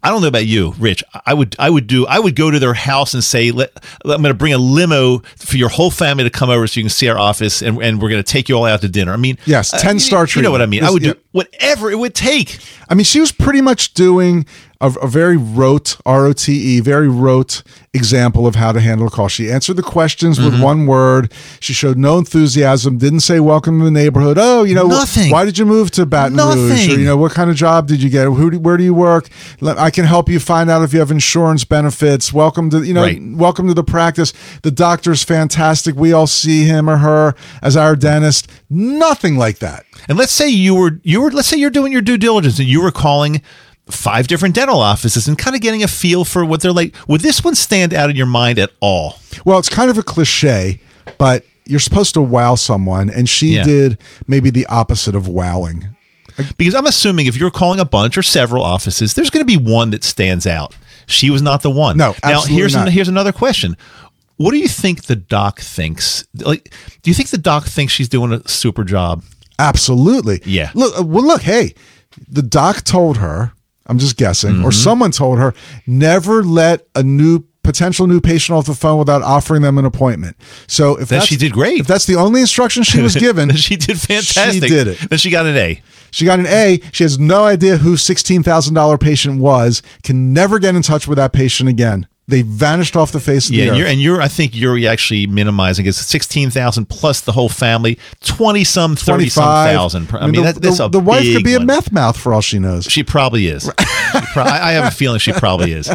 Speaker 2: I don't know about you, Rich. I- I would, I would do, I would go to their house and say, Let, "I'm going to bring a limo for your whole family to come over, so you can see our office, and, and we're going to take you all out to dinner." I mean,
Speaker 3: Yes,
Speaker 2: uh,
Speaker 3: 10 star
Speaker 2: you- You know what I mean? I would do
Speaker 3: whatever it would take. I mean, she was pretty much doing a, a very rote, R O T E, very rote example of how to handle a call. She answered the questions
Speaker 2: Mm-hmm.
Speaker 3: with one word. She showed no enthusiasm, didn't say welcome to the neighborhood. Oh, you know, wh-
Speaker 2: Nothing.
Speaker 3: why did you move to Baton Rouge? Or,
Speaker 2: Nothing.
Speaker 3: you know, what kind of job did you get? Who do, where do you work? Let, I can help you find out if you have insurance benefits. Welcome to, you know,
Speaker 2: Right.
Speaker 3: welcome to the practice. The doctor's fantastic. We all see him or her as our dentist. Nothing like that.
Speaker 2: And let's say you were you were let's say you're doing your due diligence and you were calling five different dental offices and kind of getting a feel for what they're like. Would this one stand out in your mind at all?
Speaker 3: Well, it's kind of a cliche, but you're supposed to wow someone, and she
Speaker 2: Yeah.
Speaker 3: did maybe the opposite of wowing.
Speaker 2: Because I'm assuming if you're calling a bunch or several offices, there's going to be one that stands out. She was not the one. No, now
Speaker 3: absolutely
Speaker 2: here's an-
Speaker 3: not.
Speaker 2: here's another question. What do you think the doc thinks? Like, do you think the doc thinks she's doing a super job?
Speaker 3: Absolutely. Yeah. Look, uh, well, look, hey, the doc told her, I'm just guessing,
Speaker 2: Mm-hmm.
Speaker 3: or someone told her, never let a new potential new patient off the phone without offering them an appointment. So if
Speaker 2: Then
Speaker 3: that's-
Speaker 2: she did great.
Speaker 3: If that's the only instruction she was given,
Speaker 2: Then she did fantastic.
Speaker 3: She did it.
Speaker 2: Then she got an A.
Speaker 3: She got an A. She has no idea who $16,000 patient was, can never get in touch with that patient again. They vanished off the face of
Speaker 2: Yeah,
Speaker 3: the
Speaker 2: and
Speaker 3: earth.
Speaker 2: you're, and you're. I think you're actually minimizing. It's sixteen thousand plus the whole family, twenty some, thirty some
Speaker 3: 25.
Speaker 2: thousand. I mean,
Speaker 3: the,
Speaker 2: that, that's
Speaker 3: the,
Speaker 2: a
Speaker 3: the wife could
Speaker 2: big
Speaker 3: be
Speaker 2: one.
Speaker 3: a meth mouth for all she knows.
Speaker 2: She probably is. She pro- I I have a feeling she probably is.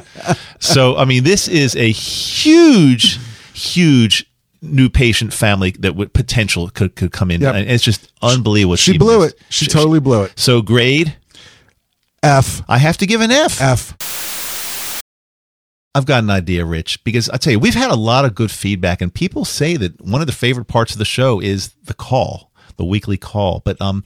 Speaker 2: So, I mean, this is a huge, huge new patient family that would potential could, could come in.
Speaker 3: Yep.
Speaker 2: And it's just unbelievable.
Speaker 3: She blew it. She totally blew it.
Speaker 2: So, grade
Speaker 3: F.
Speaker 2: I have to give an F.
Speaker 3: F.
Speaker 2: I've got an idea, Rich, because I tell you, we've had a lot of good feedback, and people say that one of the favorite parts of the show is the call, the weekly call. But um,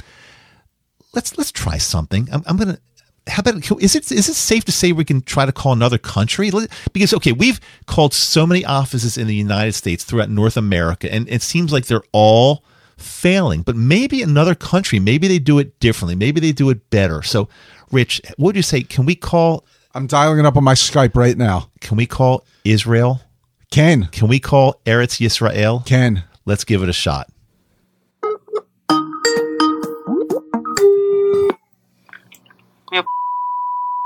Speaker 2: let's let's try something. I'm, I'm gonna. How about is it is it safe to say we can try to call another country? Let- Because okay, we've called so many offices in the United States throughout North America, and it seems like they're all failing. But maybe another country, maybe they do it differently, maybe they do it better. So, Rich, what would you say? Can we call?
Speaker 3: I'm dialing it up on my Skype right now.
Speaker 2: Can we call Israel?
Speaker 3: Can
Speaker 2: can we call Eretz Yisrael?
Speaker 3: Can
Speaker 2: let's give it a shot.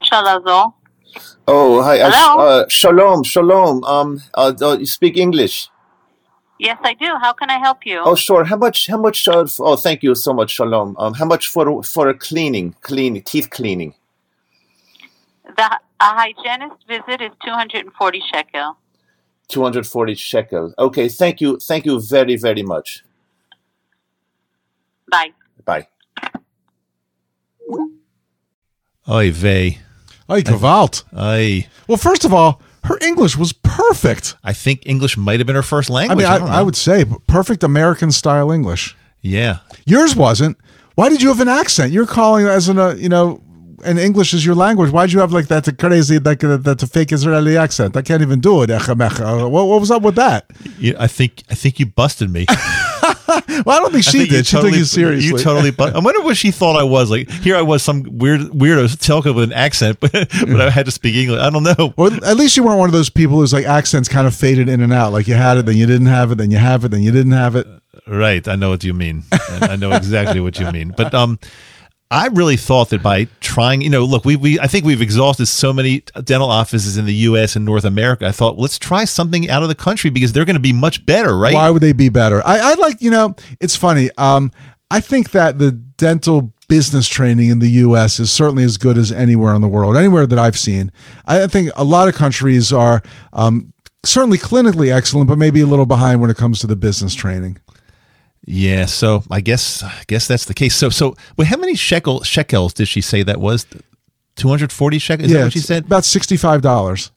Speaker 1: אפשר לעזור?
Speaker 22: Oh, hi. uh, sh-
Speaker 1: Hello?
Speaker 22: Uh, shalom, shalom. Um, uh, uh, you speak English?
Speaker 1: Yes, I do. How can I help you?
Speaker 22: Oh, sure. How much? How much? Uh, f- oh, thank you so much, shalom. Um, how much for for a cleaning, clean teeth cleaning?
Speaker 1: The, a hygienist visit is 240 shekel.
Speaker 22: Two hundred forty shekels. Okay, thank you, thank you very very much.
Speaker 1: Bye.
Speaker 22: Bye.
Speaker 2: Oy vey.
Speaker 3: Oy gewalt.
Speaker 2: Oy.
Speaker 3: Well, first of all, her English was perfect.
Speaker 2: I think English might have been her first
Speaker 3: I
Speaker 2: language.
Speaker 3: mean,
Speaker 2: I,
Speaker 3: I,
Speaker 2: don't
Speaker 3: I,
Speaker 2: know.
Speaker 3: would say perfect American style English.
Speaker 2: Yeah.
Speaker 3: Yours wasn't. Why did you have an accent? You're calling as an, uh, you know, and English is your language. Why'd you have like that crazy, like that, that fake Israeli accent? I can't even do it. Echa mecha. Uh, What, what was up with that?
Speaker 2: You- I think I think you busted me.
Speaker 3: Well, I don't think she
Speaker 2: think
Speaker 3: did.
Speaker 2: you
Speaker 3: she took you seriously.
Speaker 2: You totally. bu- I wonder what she thought I was. Like here, I was some weird weirdo telco with an accent, but but I had to speak English. I don't know.
Speaker 3: Well, at least you weren't one of those people whose like accents kind of faded in and out. Like you had it, then you didn't have it, then you have it, then you didn't have it.
Speaker 2: Right. I know what you mean. And I know exactly what you mean. But um I really thought that by trying, you know, look, we, we I think we've exhausted so many dental offices in the US and North America. I thought, let's try something out of the country because they're going to be much better, right?
Speaker 3: Why would they be better? I, I like, you know, it's funny. Um, I think that the dental business training in the U.S. is certainly as good as anywhere in the world, anywhere that I've seen. I think a lot of countries are um, certainly clinically excellent, but maybe a little behind when it comes to the business training.
Speaker 2: Yeah, so I guess I guess that's the case. So so wait, how many shekel shekels did she say that was? 240 shekels? Is that what she
Speaker 3: it's
Speaker 2: said?
Speaker 3: About sixty-five dollars.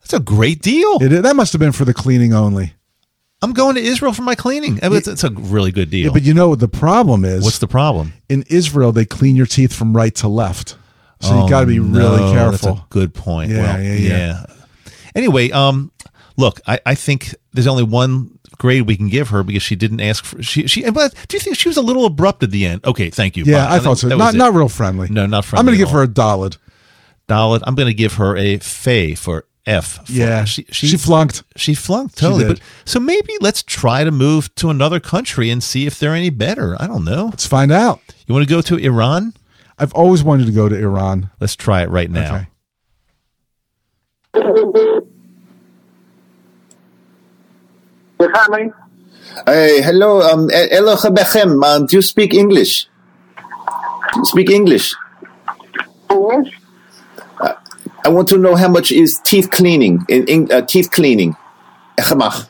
Speaker 2: That's a great deal.
Speaker 3: It, is- that must have been for the cleaning only.
Speaker 2: I'm going to Israel for my cleaning. I mean, it's, it's a really good deal.
Speaker 3: Yeah, but you know what the problem is?
Speaker 2: What's the problem?
Speaker 3: In Israel, they clean your teeth from right to left, so
Speaker 2: Oh,
Speaker 3: you got to be
Speaker 2: no,
Speaker 3: really
Speaker 2: that's a
Speaker 3: careful.
Speaker 2: good point.
Speaker 3: Yeah,
Speaker 2: Well,
Speaker 3: yeah, yeah.
Speaker 2: Anyway, um, look, I, I think there's only one grade we can give her because she didn't ask for she she. But do you think she was a little abrupt at the end? Okay, thank you.
Speaker 3: yeah,
Speaker 2: Bye.
Speaker 3: I, thought
Speaker 2: think
Speaker 3: so.
Speaker 2: that
Speaker 3: Not
Speaker 2: was it.
Speaker 3: not real friendly.
Speaker 2: No, not
Speaker 3: I'm
Speaker 2: friendly
Speaker 3: going
Speaker 2: at
Speaker 3: to give
Speaker 2: all.
Speaker 3: her a dollar.
Speaker 2: Dalit. I'm going to give her a Fay for F. For,
Speaker 3: Yeah.
Speaker 2: she, she
Speaker 3: She flunked.
Speaker 2: She flunked
Speaker 3: She
Speaker 2: totally.
Speaker 3: did.
Speaker 2: but, so maybe let's try to move to another country and see if they're any better. I don't know.
Speaker 3: Let's find out.
Speaker 2: You want to go to Iran?
Speaker 3: I've always wanted to go to Iran.
Speaker 2: Let's try it right now.
Speaker 22: Hey, hello. Um, e- Elohe Bechem. Um, do you speak English? Do you speak English? Uh, I want to know how much is teeth cleaning in, in uh, teeth cleaning. Echemach.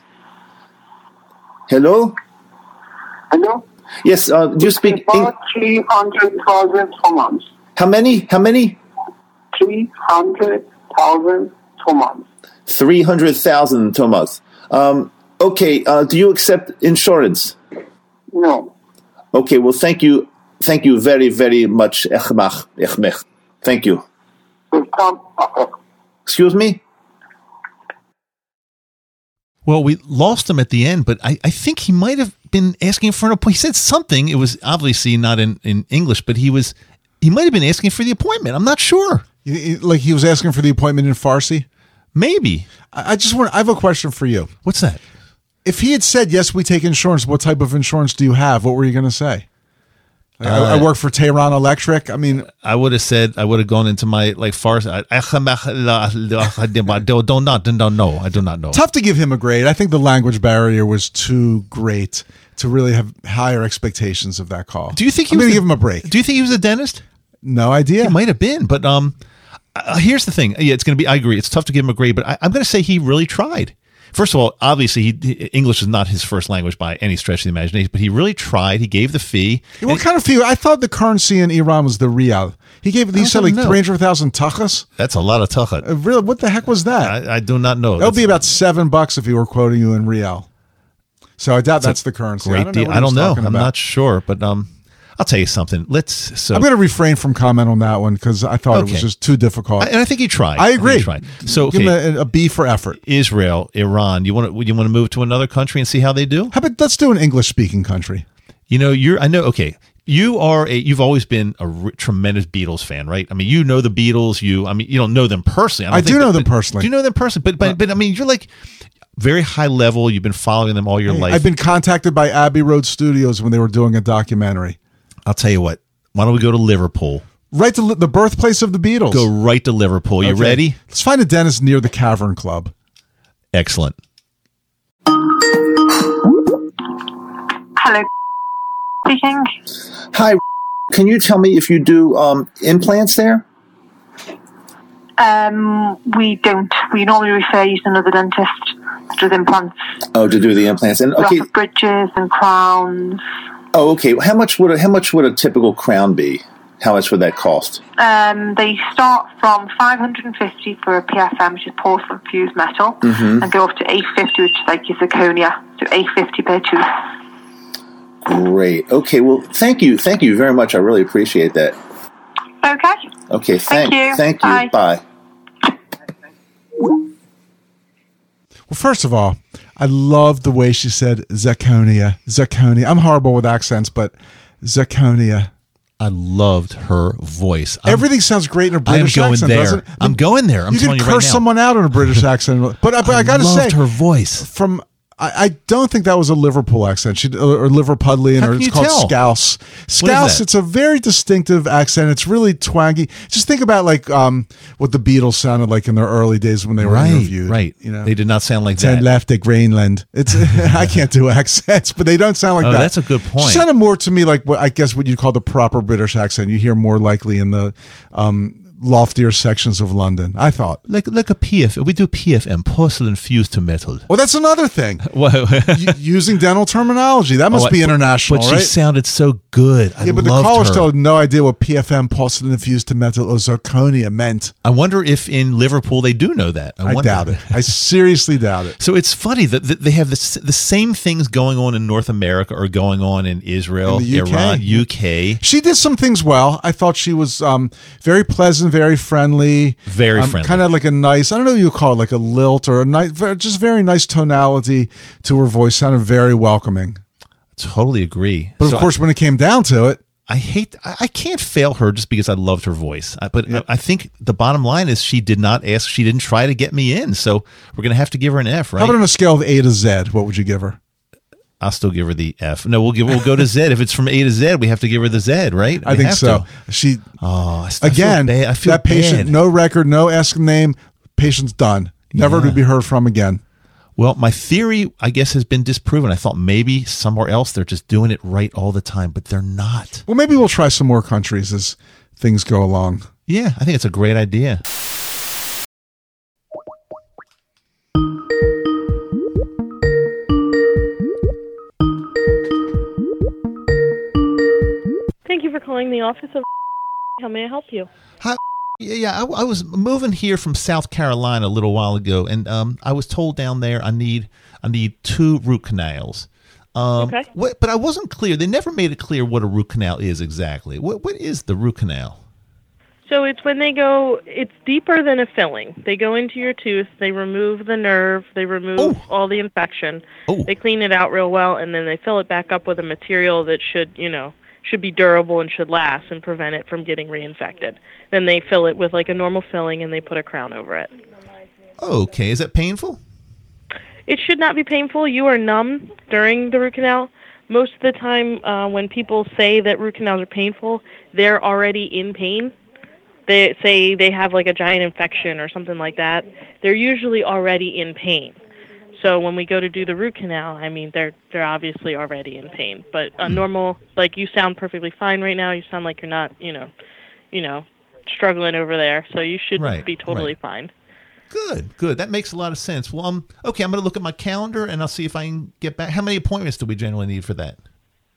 Speaker 22: Hello. Hello. Yes. Uh, do you speak? Eng-
Speaker 6: Three hundred thousand tomans.
Speaker 22: how many? How many?
Speaker 6: Three hundred thousand tomans.
Speaker 22: Three hundred thousand, Thomas. Um, okay. Uh, do you accept insurance?
Speaker 6: No.
Speaker 22: Okay, well, thank you. Thank you very, very much. Echmach, echmech. Thank you. Excuse me?
Speaker 2: Well, we lost him at the end, but I, I think he might have been asking for an appointment. He said something. It was obviously not in, in English, but he was he might have been asking for the appointment. I'm not sure.
Speaker 3: You- you- Like he was asking for the appointment in Farsi?
Speaker 2: Maybe.
Speaker 3: I I just want, I have a question for you.
Speaker 2: What's that?
Speaker 3: If he had said, yes, we take insurance, what type of insurance do you have? What were you going to say? Like, I, I
Speaker 2: Uh,
Speaker 3: work for Tehran Electric. I mean,
Speaker 2: I would have said I would have gone into my like farce. I, echmach la- la- I don't don't not don't know. I do not know.
Speaker 3: tough to give him a grade. I think the language barrier was too great to really have higher expectations of that call.
Speaker 2: Do you think he
Speaker 3: I'm
Speaker 2: was
Speaker 3: going to
Speaker 2: the-
Speaker 3: give him a break?
Speaker 2: Do you think he was a dentist?
Speaker 3: No idea.
Speaker 2: He might have been, but um, uh, here's the thing. Yeah, it's going to be. I agree. It's tough to give him a grade, but I, I'm going to say he really tried. First of all, obviously, he, he- English is not his first language by any stretch of the imagination, but he really tried. He gave the fee.
Speaker 3: What kind of fee? I thought the currency in Iran was the rial. He gave. He
Speaker 2: don't
Speaker 3: said like
Speaker 2: know.
Speaker 3: three hundred thousand takas.
Speaker 2: That's a lot of tuchat.
Speaker 3: Uh, Really, what the heck was that?
Speaker 2: I, I do not know.
Speaker 3: that would
Speaker 2: That's
Speaker 3: be about seven bucks if he were quoting you in rial. So I doubt that's, the currency.
Speaker 2: Great
Speaker 3: I don't know.
Speaker 2: deal.
Speaker 3: what he
Speaker 2: I
Speaker 3: was
Speaker 2: don't know.
Speaker 3: talking
Speaker 2: I'm
Speaker 3: about.
Speaker 2: not sure, but um, I'll tell you something. Let's. So
Speaker 3: I'm going to refrain from comment on that one because I thought it
Speaker 2: Okay.
Speaker 3: was just too difficult.
Speaker 2: I- and I think he tried.
Speaker 3: I
Speaker 2: think he
Speaker 3: agree.
Speaker 2: tried. So
Speaker 3: Give
Speaker 2: okay,
Speaker 3: him a, a B for effort.
Speaker 2: Israel, Iran. You want to you want to move to another country and see how they do?
Speaker 3: How about let's do an English speaking country?
Speaker 2: You know, you're. I know. Okay, you are a. You've always been a r- tremendous Beatles fan, right? I mean, you know the Beatles. You. I mean, you don't know them personally. don't
Speaker 3: I
Speaker 2: think
Speaker 3: do
Speaker 2: that-
Speaker 3: know them
Speaker 2: but-
Speaker 3: personally. Uh,
Speaker 2: Do you know them personally? But but but I mean, you're like very high level. You've been following them all your
Speaker 3: Hey,
Speaker 2: life.
Speaker 3: I've been contacted by Abbey Road Studios when they were doing a documentary.
Speaker 2: I'll tell you what. Why don't we go to Liverpool?
Speaker 3: Right to li- the birthplace of the Beatles.
Speaker 2: Go right to Liverpool. You
Speaker 3: Okay.
Speaker 2: ready?
Speaker 3: Let's find a dentist near the Cavern Club.
Speaker 2: Excellent.
Speaker 1: Hello. Speaking.
Speaker 22: Hi, can you tell me if you do um, implants there?
Speaker 7: Um, we don't. We normally refer you to another dentist to do the implants,
Speaker 22: Oh, to do the implants. And okay.
Speaker 7: lots of bridges and crowns.
Speaker 22: Oh, okay. How much would a, how much would a typical crown be? How much would that cost?
Speaker 7: Um, they start from 550 for a PFM, which is porcelain fused metal,
Speaker 22: Mhm.
Speaker 7: and go up to 850, which is like your zirconia. So 850 per tooth.
Speaker 22: Great. Okay. Well, thank you. Thank you very much. I really appreciate that.
Speaker 7: Okay.
Speaker 22: Okay. Thank,
Speaker 7: Thank you.
Speaker 22: Thank you.
Speaker 7: Bye.
Speaker 22: Bye.
Speaker 3: Well, first of all, I love the way she said Zaconia. Zaconia. I'm horrible with accents, but Zaconia.
Speaker 2: I loved her voice. I'm-
Speaker 3: Everything sounds great in a
Speaker 2: I am
Speaker 3: British
Speaker 2: going
Speaker 3: accent, doesn't
Speaker 2: there.
Speaker 3: it?
Speaker 2: I'm going there. I'm
Speaker 3: you
Speaker 2: telling
Speaker 3: can
Speaker 2: you
Speaker 3: curse
Speaker 2: right now.
Speaker 3: someone out in a British accent, but I, but I,
Speaker 2: I
Speaker 3: gotta
Speaker 2: loved
Speaker 3: say,
Speaker 2: her voice
Speaker 3: from I, I don't think that was a Liverpool accent. She or Liverpudlian,
Speaker 2: How
Speaker 3: or
Speaker 2: can
Speaker 3: it's
Speaker 2: you
Speaker 3: called
Speaker 2: tell?
Speaker 3: Scouse.
Speaker 2: What is
Speaker 3: Scouse.
Speaker 2: that?
Speaker 3: It's a very distinctive accent. It's really twangy. Just think about like um, what the Beatles sounded like in their early days when they were
Speaker 2: right,
Speaker 3: interviewed.
Speaker 2: Right.
Speaker 3: You know.
Speaker 2: They did not sound like
Speaker 3: Ten
Speaker 2: that.
Speaker 3: left at Greenland. It's I can't do accents, but they don't sound like
Speaker 2: Oh,
Speaker 3: that.
Speaker 2: that's a good point.
Speaker 3: She sounded more to me like what I guess what you'd call the proper British accent. You hear more likely in the um, loftier sections of London. I thought.
Speaker 2: Like like a PF. We do PFM, porcelain fused to metal.
Speaker 3: Well, that's another thing.
Speaker 2: Whoa.
Speaker 3: U- using dental terminology that must
Speaker 2: Oh, I-
Speaker 3: be international,
Speaker 2: But she
Speaker 3: right?
Speaker 2: sounded so good. I
Speaker 3: yeah, but the
Speaker 2: loved
Speaker 3: caller
Speaker 2: her.
Speaker 3: still had no idea what PFM, porcelain infused to metal or zirconia meant.
Speaker 2: I wonder if in Liverpool they do know that. I,
Speaker 3: I
Speaker 2: wonder.
Speaker 3: doubt it. I seriously doubt it.
Speaker 2: So it's funny that that they have the, s- the same things going on in North America or going on in Israel,
Speaker 3: In the UK.
Speaker 2: Iran, UK.
Speaker 3: She did some things well. I thought she was um, very pleasant, very friendly,
Speaker 2: Very friendly.
Speaker 3: kind of like a nice. I don't know what you would call it, like a lilt or a nice, ver- just very nice tonality to her voice. Sounded very welcoming.
Speaker 2: Totally agree.
Speaker 3: But
Speaker 2: So
Speaker 3: of
Speaker 2: I-
Speaker 3: course, when it came down to it,
Speaker 2: I hate. I I can't fail her just because I loved her voice. I, but I, I think the bottom line is she did not ask. She didn't try to get me in. So we're gonna have to give her an F,
Speaker 3: How
Speaker 2: right?
Speaker 3: about on a scale of A to Z? What would you give her?
Speaker 2: I'll still give her the F. No, we'll give. We'll go to Z. If it's from A to Z, we have to give her the Z, right?
Speaker 3: I
Speaker 2: We
Speaker 3: think
Speaker 2: have
Speaker 3: so.
Speaker 2: to.
Speaker 3: She
Speaker 2: Oh, I s- I feel
Speaker 3: again.
Speaker 2: bad. I feel
Speaker 3: that patient,
Speaker 2: bad.
Speaker 3: no record, no ask name. Patient's done. Never
Speaker 2: Yeah.
Speaker 3: to be heard from again.
Speaker 2: Well, my theory, I guess, has been disproven. I thought maybe somewhere else they're just doing it right all the time, but they're not.
Speaker 3: Well, maybe we'll try some more countries as things go along.
Speaker 2: Yeah, I think it's a great idea.
Speaker 5: Thank you for calling the office of. How may I help you?
Speaker 2: Hi. Yeah, yeah. I, I was moving here from South Carolina a little while ago, and um, I was told down there I need I need two root canals. Um,
Speaker 5: Okay.
Speaker 2: what- but I wasn't clear. They never made it clear what a root canal is exactly. What what is the root canal?
Speaker 5: So it's when they go. It's deeper than a filling. They go into your tooth. They remove the nerve. They remove all the infection. They clean it out real well, and then they fill it back up with a material that should, you know, should be durable and should last and prevent it from getting reinfected. Then they fill it with like a normal filling, and they put a crown over it.
Speaker 2: Okay, is that painful?
Speaker 5: It should not be painful. You are numb during the root canal. Most of the time, uh, when people say that root canals are painful, they're already in pain. They say they have like a giant infection or something like that. They're usually already in pain. So when we go to do the root canal, I mean, they're they're obviously already in pain. But a normal, like you sound perfectly fine right now. You sound like you're not, you know, you know, struggling over there. So you should
Speaker 2: Right,
Speaker 5: be totally
Speaker 2: right.
Speaker 5: fine.
Speaker 2: Good, good. That makes a lot of sense. Well, um, okay, I'm going to look at my calendar and I'll see if I can get back. How many appointments do we generally need for that?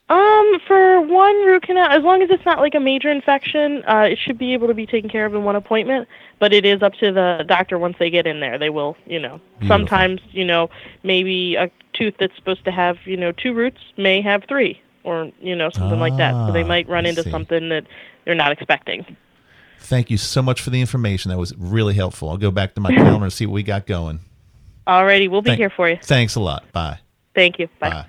Speaker 5: Um, for one root canal, as long as it's not like a major infection, uh, it should be able to be taken care of in one appointment. But it is up to the doctor once they get in there. They will, you know,
Speaker 2: Beautiful.
Speaker 5: sometimes, you know, maybe a tooth that's supposed to have, you know, two roots may have three or, you know, something like that. So they
Speaker 2: Ah,
Speaker 5: might run
Speaker 2: I
Speaker 5: into
Speaker 2: see.
Speaker 5: something that they're not expecting.
Speaker 2: Thank you so much for the information. That was really helpful. I'll go back to my calendar and see what we got going.
Speaker 5: Alrighty, we'll be
Speaker 2: Thank-
Speaker 5: here for you.
Speaker 2: Thanks a lot. Bye.
Speaker 5: Thank you. Bye.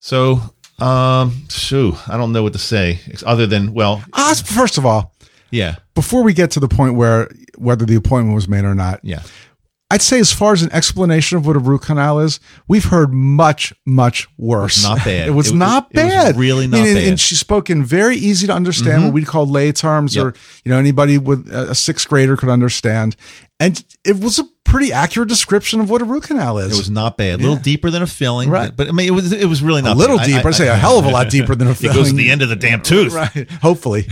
Speaker 2: So, um, shoo, I don't know what to say ex- other than well,
Speaker 3: Ah, first of all,
Speaker 2: yeah,
Speaker 3: before we get to the point where whether the appointment was made or not,
Speaker 2: yeah.
Speaker 3: I'd say as far as an explanation of what a root canal is, we've heard much, much worse.
Speaker 2: not bad.
Speaker 3: it was
Speaker 2: It was-
Speaker 3: not
Speaker 2: it was
Speaker 3: bad.
Speaker 2: really
Speaker 3: I mean,
Speaker 2: not
Speaker 3: and,
Speaker 2: bad.
Speaker 3: And she spoke in very easy to understand
Speaker 2: Mhm.
Speaker 3: what we'd call lay terms, or
Speaker 2: Yep.
Speaker 3: you know, anybody with a a sixth grader could understand. And it was a pretty accurate description of what a root canal is.
Speaker 2: It was not bad. A little deeper than a filling, right? But I mean, it was it was really
Speaker 3: A
Speaker 2: not
Speaker 3: little
Speaker 2: bad.
Speaker 3: deeper. I'd say a hell of a lot deeper than a
Speaker 2: It goes to
Speaker 3: filling.
Speaker 2: the end of the damn tooth,
Speaker 3: Right. Hopefully.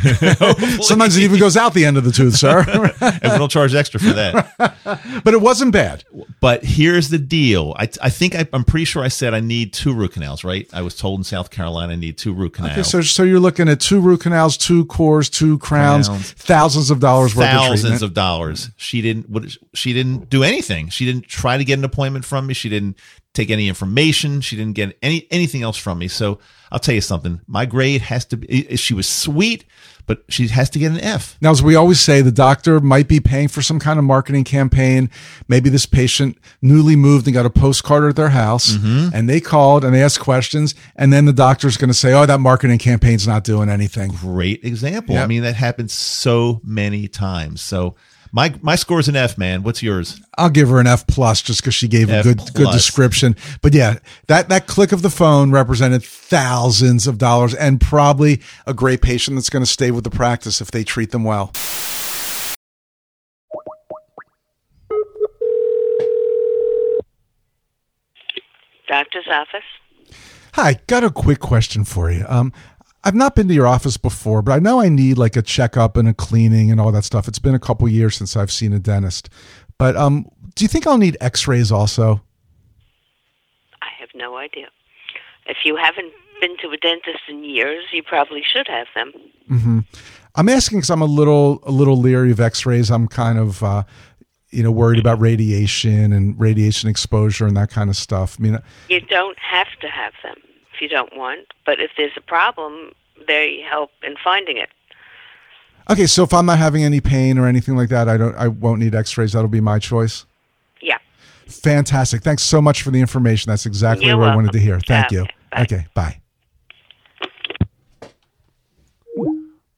Speaker 3: Sometimes it even goes out the end of the tooth, sir.
Speaker 2: and we'll charge extra for that.
Speaker 3: but it wasn't bad.
Speaker 2: But here's the deal. I, I think I, I'm pretty sure I said I need two root canals, right? I was told in South Carolina I need two root canals.
Speaker 3: Okay, so so you're looking at two root canals, two cores, two crowns,
Speaker 2: Crowns.
Speaker 3: thousands of dollars worth of
Speaker 2: thousands
Speaker 3: treatment.
Speaker 2: of dollars. She didn't. What, she didn't do anything. She didn't try to get an appointment from me. She didn't take any information. She didn't get any anything else from me. So I'll tell you something. My grade has to be. i- She was sweet, but she has to get an F.
Speaker 3: now, as we always say, the doctor might be paying for some kind of marketing campaign. Maybe this patient newly moved and got a postcard at their house,
Speaker 2: Mm-hmm.
Speaker 3: and they called and they asked questions, and then the doctor's going to say, "Oh, that marketing campaign's not doing anything."
Speaker 2: Great example. I
Speaker 3: Yep.
Speaker 2: mean, that happens so many times. So my my score is an F, man. What's yours?
Speaker 3: I'll give her an F plus just because she gave
Speaker 2: F
Speaker 3: a good good
Speaker 2: plus.
Speaker 3: description. But yeah, that that click of the phone represented thousands of dollars and probably a great patient that's going to stay with the practice if they treat them well.
Speaker 8: Doctor's office.
Speaker 3: Hi, got a quick question for you. Um, I've not been to your office before, but I know I need like a checkup and a cleaning and all that stuff. It's been a couple years since I've seen a dentist. But um, do you think I'll need X-rays also?
Speaker 8: I have no idea. If you haven't been to a dentist in years, you probably should have them.
Speaker 3: hmm I'm asking because I'm a little a little leery of X-rays. I'm kind of uh, you know worried about radiation and radiation exposure and that kind of stuff. I mean,
Speaker 8: You don't have to have them if you don't want, but if there's a problem, they help in finding it.
Speaker 3: okay, so if I'm not having any pain or anything like that, I don't I won't need X-rays. That'll be my choice.
Speaker 8: Yeah.
Speaker 3: Fantastic. Thanks so much for the information. That's exactly
Speaker 8: You're
Speaker 3: what I wanted
Speaker 8: welcome.
Speaker 3: to hear. Thank
Speaker 8: Okay,
Speaker 3: you. Okay, bye.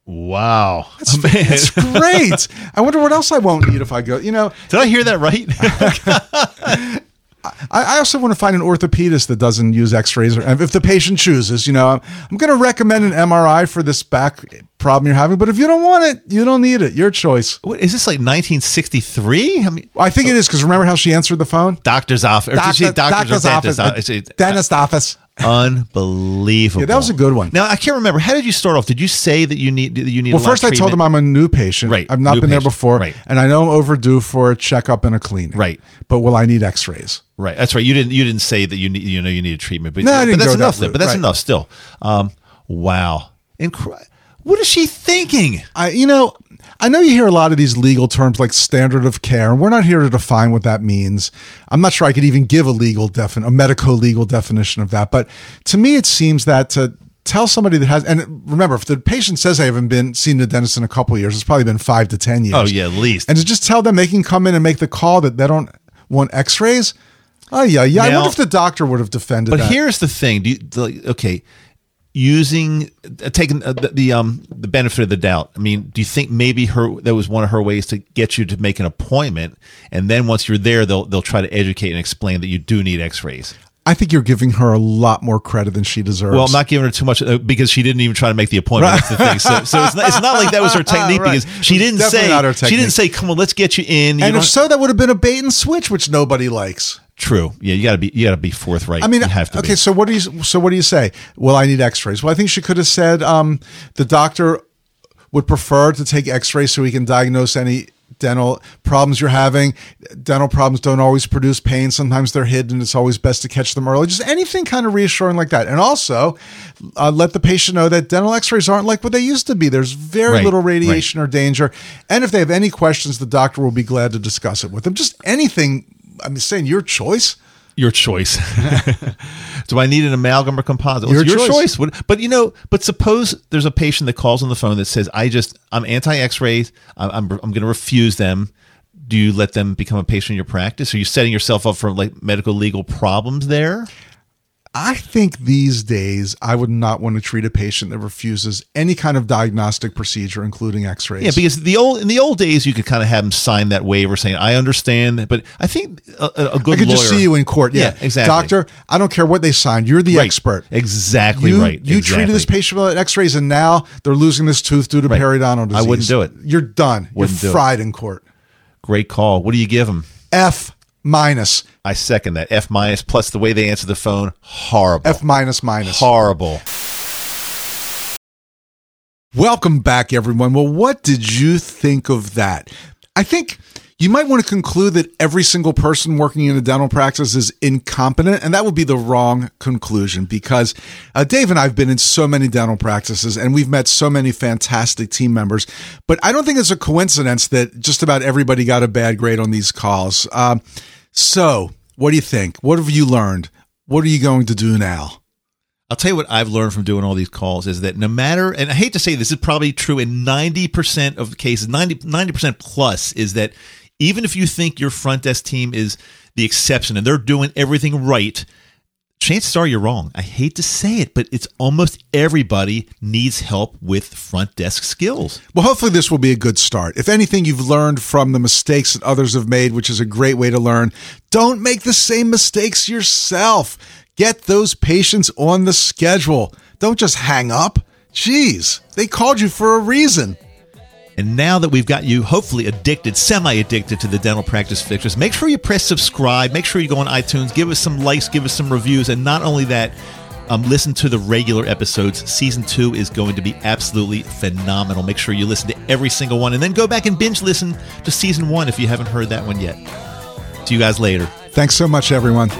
Speaker 2: Wow.
Speaker 3: That's, that's great. I wonder what else I won't need if I go. You know,
Speaker 2: did I hear that right?
Speaker 3: I, I also want to find an orthopedist that doesn't use X-rays, or if the patient chooses. You know, I'm, I'm going to recommend an MRI for this back problem you're having, but if you don't want it, you don't need it. Your choice.
Speaker 2: What is this like 1963? I mean,
Speaker 3: I think it is because remember how she answered the phone?
Speaker 2: Doctor's office.
Speaker 3: Doctor-
Speaker 2: doctor's,
Speaker 3: doctor's
Speaker 2: doctor's
Speaker 3: office.
Speaker 2: office.
Speaker 3: Dentist office.
Speaker 2: Unbelievable.
Speaker 3: Yeah, that was a good one.
Speaker 2: Now I can't remember. How did you start off? Did you say that you need that you need?
Speaker 3: Well,
Speaker 2: a lot of
Speaker 3: first I told
Speaker 2: treatment?
Speaker 3: them I'm a new patient.
Speaker 2: Right,
Speaker 3: I've not
Speaker 2: new
Speaker 3: been there
Speaker 2: patient,
Speaker 3: before,
Speaker 2: right.
Speaker 3: and I know I'm overdue for a checkup and a cleaning. Right. But will I need X-rays?
Speaker 2: Right. That's right. You didn't. You didn't say that you need. You know, you need a treatment. But,
Speaker 3: No, I didn't
Speaker 2: but
Speaker 3: go
Speaker 2: that's
Speaker 3: that
Speaker 2: enough. though.
Speaker 3: route,
Speaker 2: But that's
Speaker 3: right.
Speaker 2: enough. Still. Um. Wow. Incredible. What is she thinking?
Speaker 3: I, you know, I know you hear a lot of these legal terms like standard of care, and we're not here to define what that means. I'm not sure I could even give a legal defin, a medico legal definition of that. But to me, it seems that to tell somebody that has, and remember, if the patient says I haven't been seen a dentist in a couple of years, it's probably been five to ten years.
Speaker 2: Oh yeah, at least.
Speaker 3: and to just tell them they can come in and make the call that they don't want X-rays. Oh yeah, yeah. I
Speaker 2: Now-
Speaker 3: wonder if the doctor would have defended.
Speaker 2: But
Speaker 3: that.
Speaker 2: here's the thing. Do you, the, okay, using uh, taking uh, the, the um the benefit of the doubt. I mean, do you think maybe her that was one of her ways to get you to make an appointment, and then once you're there, they'll they'll try to educate and explain that you do need X-rays.
Speaker 3: I think you're giving her a lot more credit than she deserves.
Speaker 2: Well, I'm not giving her too much uh, because she didn't even try to make the appointment. That's the thing. So, so it's, not, it's not like that was her technique
Speaker 3: Ah, Right.
Speaker 2: because she
Speaker 3: It's
Speaker 2: didn't
Speaker 3: definitely
Speaker 2: say
Speaker 3: not her
Speaker 2: she didn't
Speaker 3: technique.
Speaker 2: say, "Come on, let's get you in." You
Speaker 3: and if
Speaker 2: don't-
Speaker 3: so, that would have been a bait and switch, which nobody likes.
Speaker 2: True. Yeah, you gotta be you gotta be forthright.
Speaker 3: I mean,
Speaker 2: you have to
Speaker 3: okay.
Speaker 2: be.
Speaker 3: So what do you? So what do you say? Well, I need X-rays. Well, I think she could have said um, the doctor would prefer to take X-rays so he can diagnose any dental problems you're having. Dental problems don't always produce pain. Sometimes they're hidden. It's always best to catch them early. Just anything kind of reassuring like that. And also, uh, let the patient know that dental X-rays aren't like what they used to be. There's very
Speaker 2: Right,
Speaker 3: little
Speaker 2: right.
Speaker 3: radiation or danger. And if they have any questions, the doctor will be glad to discuss it with them. Just anything. I'm saying your choice.
Speaker 2: Your choice. Do I need an amalgam or composite? Well,
Speaker 3: Your
Speaker 2: it's your
Speaker 3: choice.
Speaker 2: choice. What- But you know, but suppose there's a patient that calls on the phone that says, "I just I'm anti-X-rays. I- I'm I'm going to refuse them." Do you let them become a patient in your practice? Are you setting yourself up for like medical legal problems there?
Speaker 3: I think these days I would not want to treat a patient that refuses any kind of diagnostic procedure, including X-rays.
Speaker 2: Yeah, because the old in the old days you could kind of have them sign that waiver saying, "I understand," that," but I think a, a a good
Speaker 3: I could
Speaker 2: lawyer,
Speaker 3: just see you in court. Yeah,
Speaker 2: exactly.
Speaker 3: Doctor, I don't care what they signed. You're the expert.
Speaker 2: Exactly
Speaker 3: you,
Speaker 2: right.
Speaker 3: You
Speaker 2: exactly.
Speaker 3: treated this patient with X-rays, and now they're losing this tooth due to periodontal disease.
Speaker 2: I wouldn't do it.
Speaker 3: You're done.
Speaker 2: Wouldn't do it.
Speaker 3: You're fried in court.
Speaker 2: Great call. What do you give them?
Speaker 3: F minus.
Speaker 2: I second that. F minus plus the way they answer the phone, horrible.
Speaker 3: F minus minus.
Speaker 2: Horrible.
Speaker 3: Welcome back, everyone. Well, what did you think of that? I think you might want to conclude that every single person working in a dental practice is incompetent, and that would be the wrong conclusion because uh, Dave and I have been in so many dental practices and we've met so many fantastic team members. But I don't think it's a coincidence that just about everybody got a bad grade on these calls. Um, so, what do you think? What have you learned? What are you going to do now?
Speaker 2: I'll tell you what I've learned from doing all these calls is that no matter, and I hate to say this, is probably true in 90% of the cases, 90, 90% plus, is that even if you think your front desk team is the exception and they're doing everything right, chances are you're wrong. I hate to say it, but it's almost everybody needs help with front desk skills.
Speaker 3: Well, hopefully, this will be a good start. If anything, you've learned from the mistakes that others have made, which is a great way to learn. Don't make the same mistakes yourself. Get those patients on the schedule. Don't just hang up. Jeez, they called you for a reason.
Speaker 2: And now that we've got you hopefully addicted, semi addicted to the dental practice fixtures, make sure you press subscribe. Make sure you go on iTunes, give us some likes, give us some reviews. And not only that, um, listen to the regular episodes. Season two is going to be absolutely phenomenal. Make sure you listen to every single one and then go back and binge listen to season one if you haven't heard that one yet. See you guys later.
Speaker 3: Thanks so much, everyone.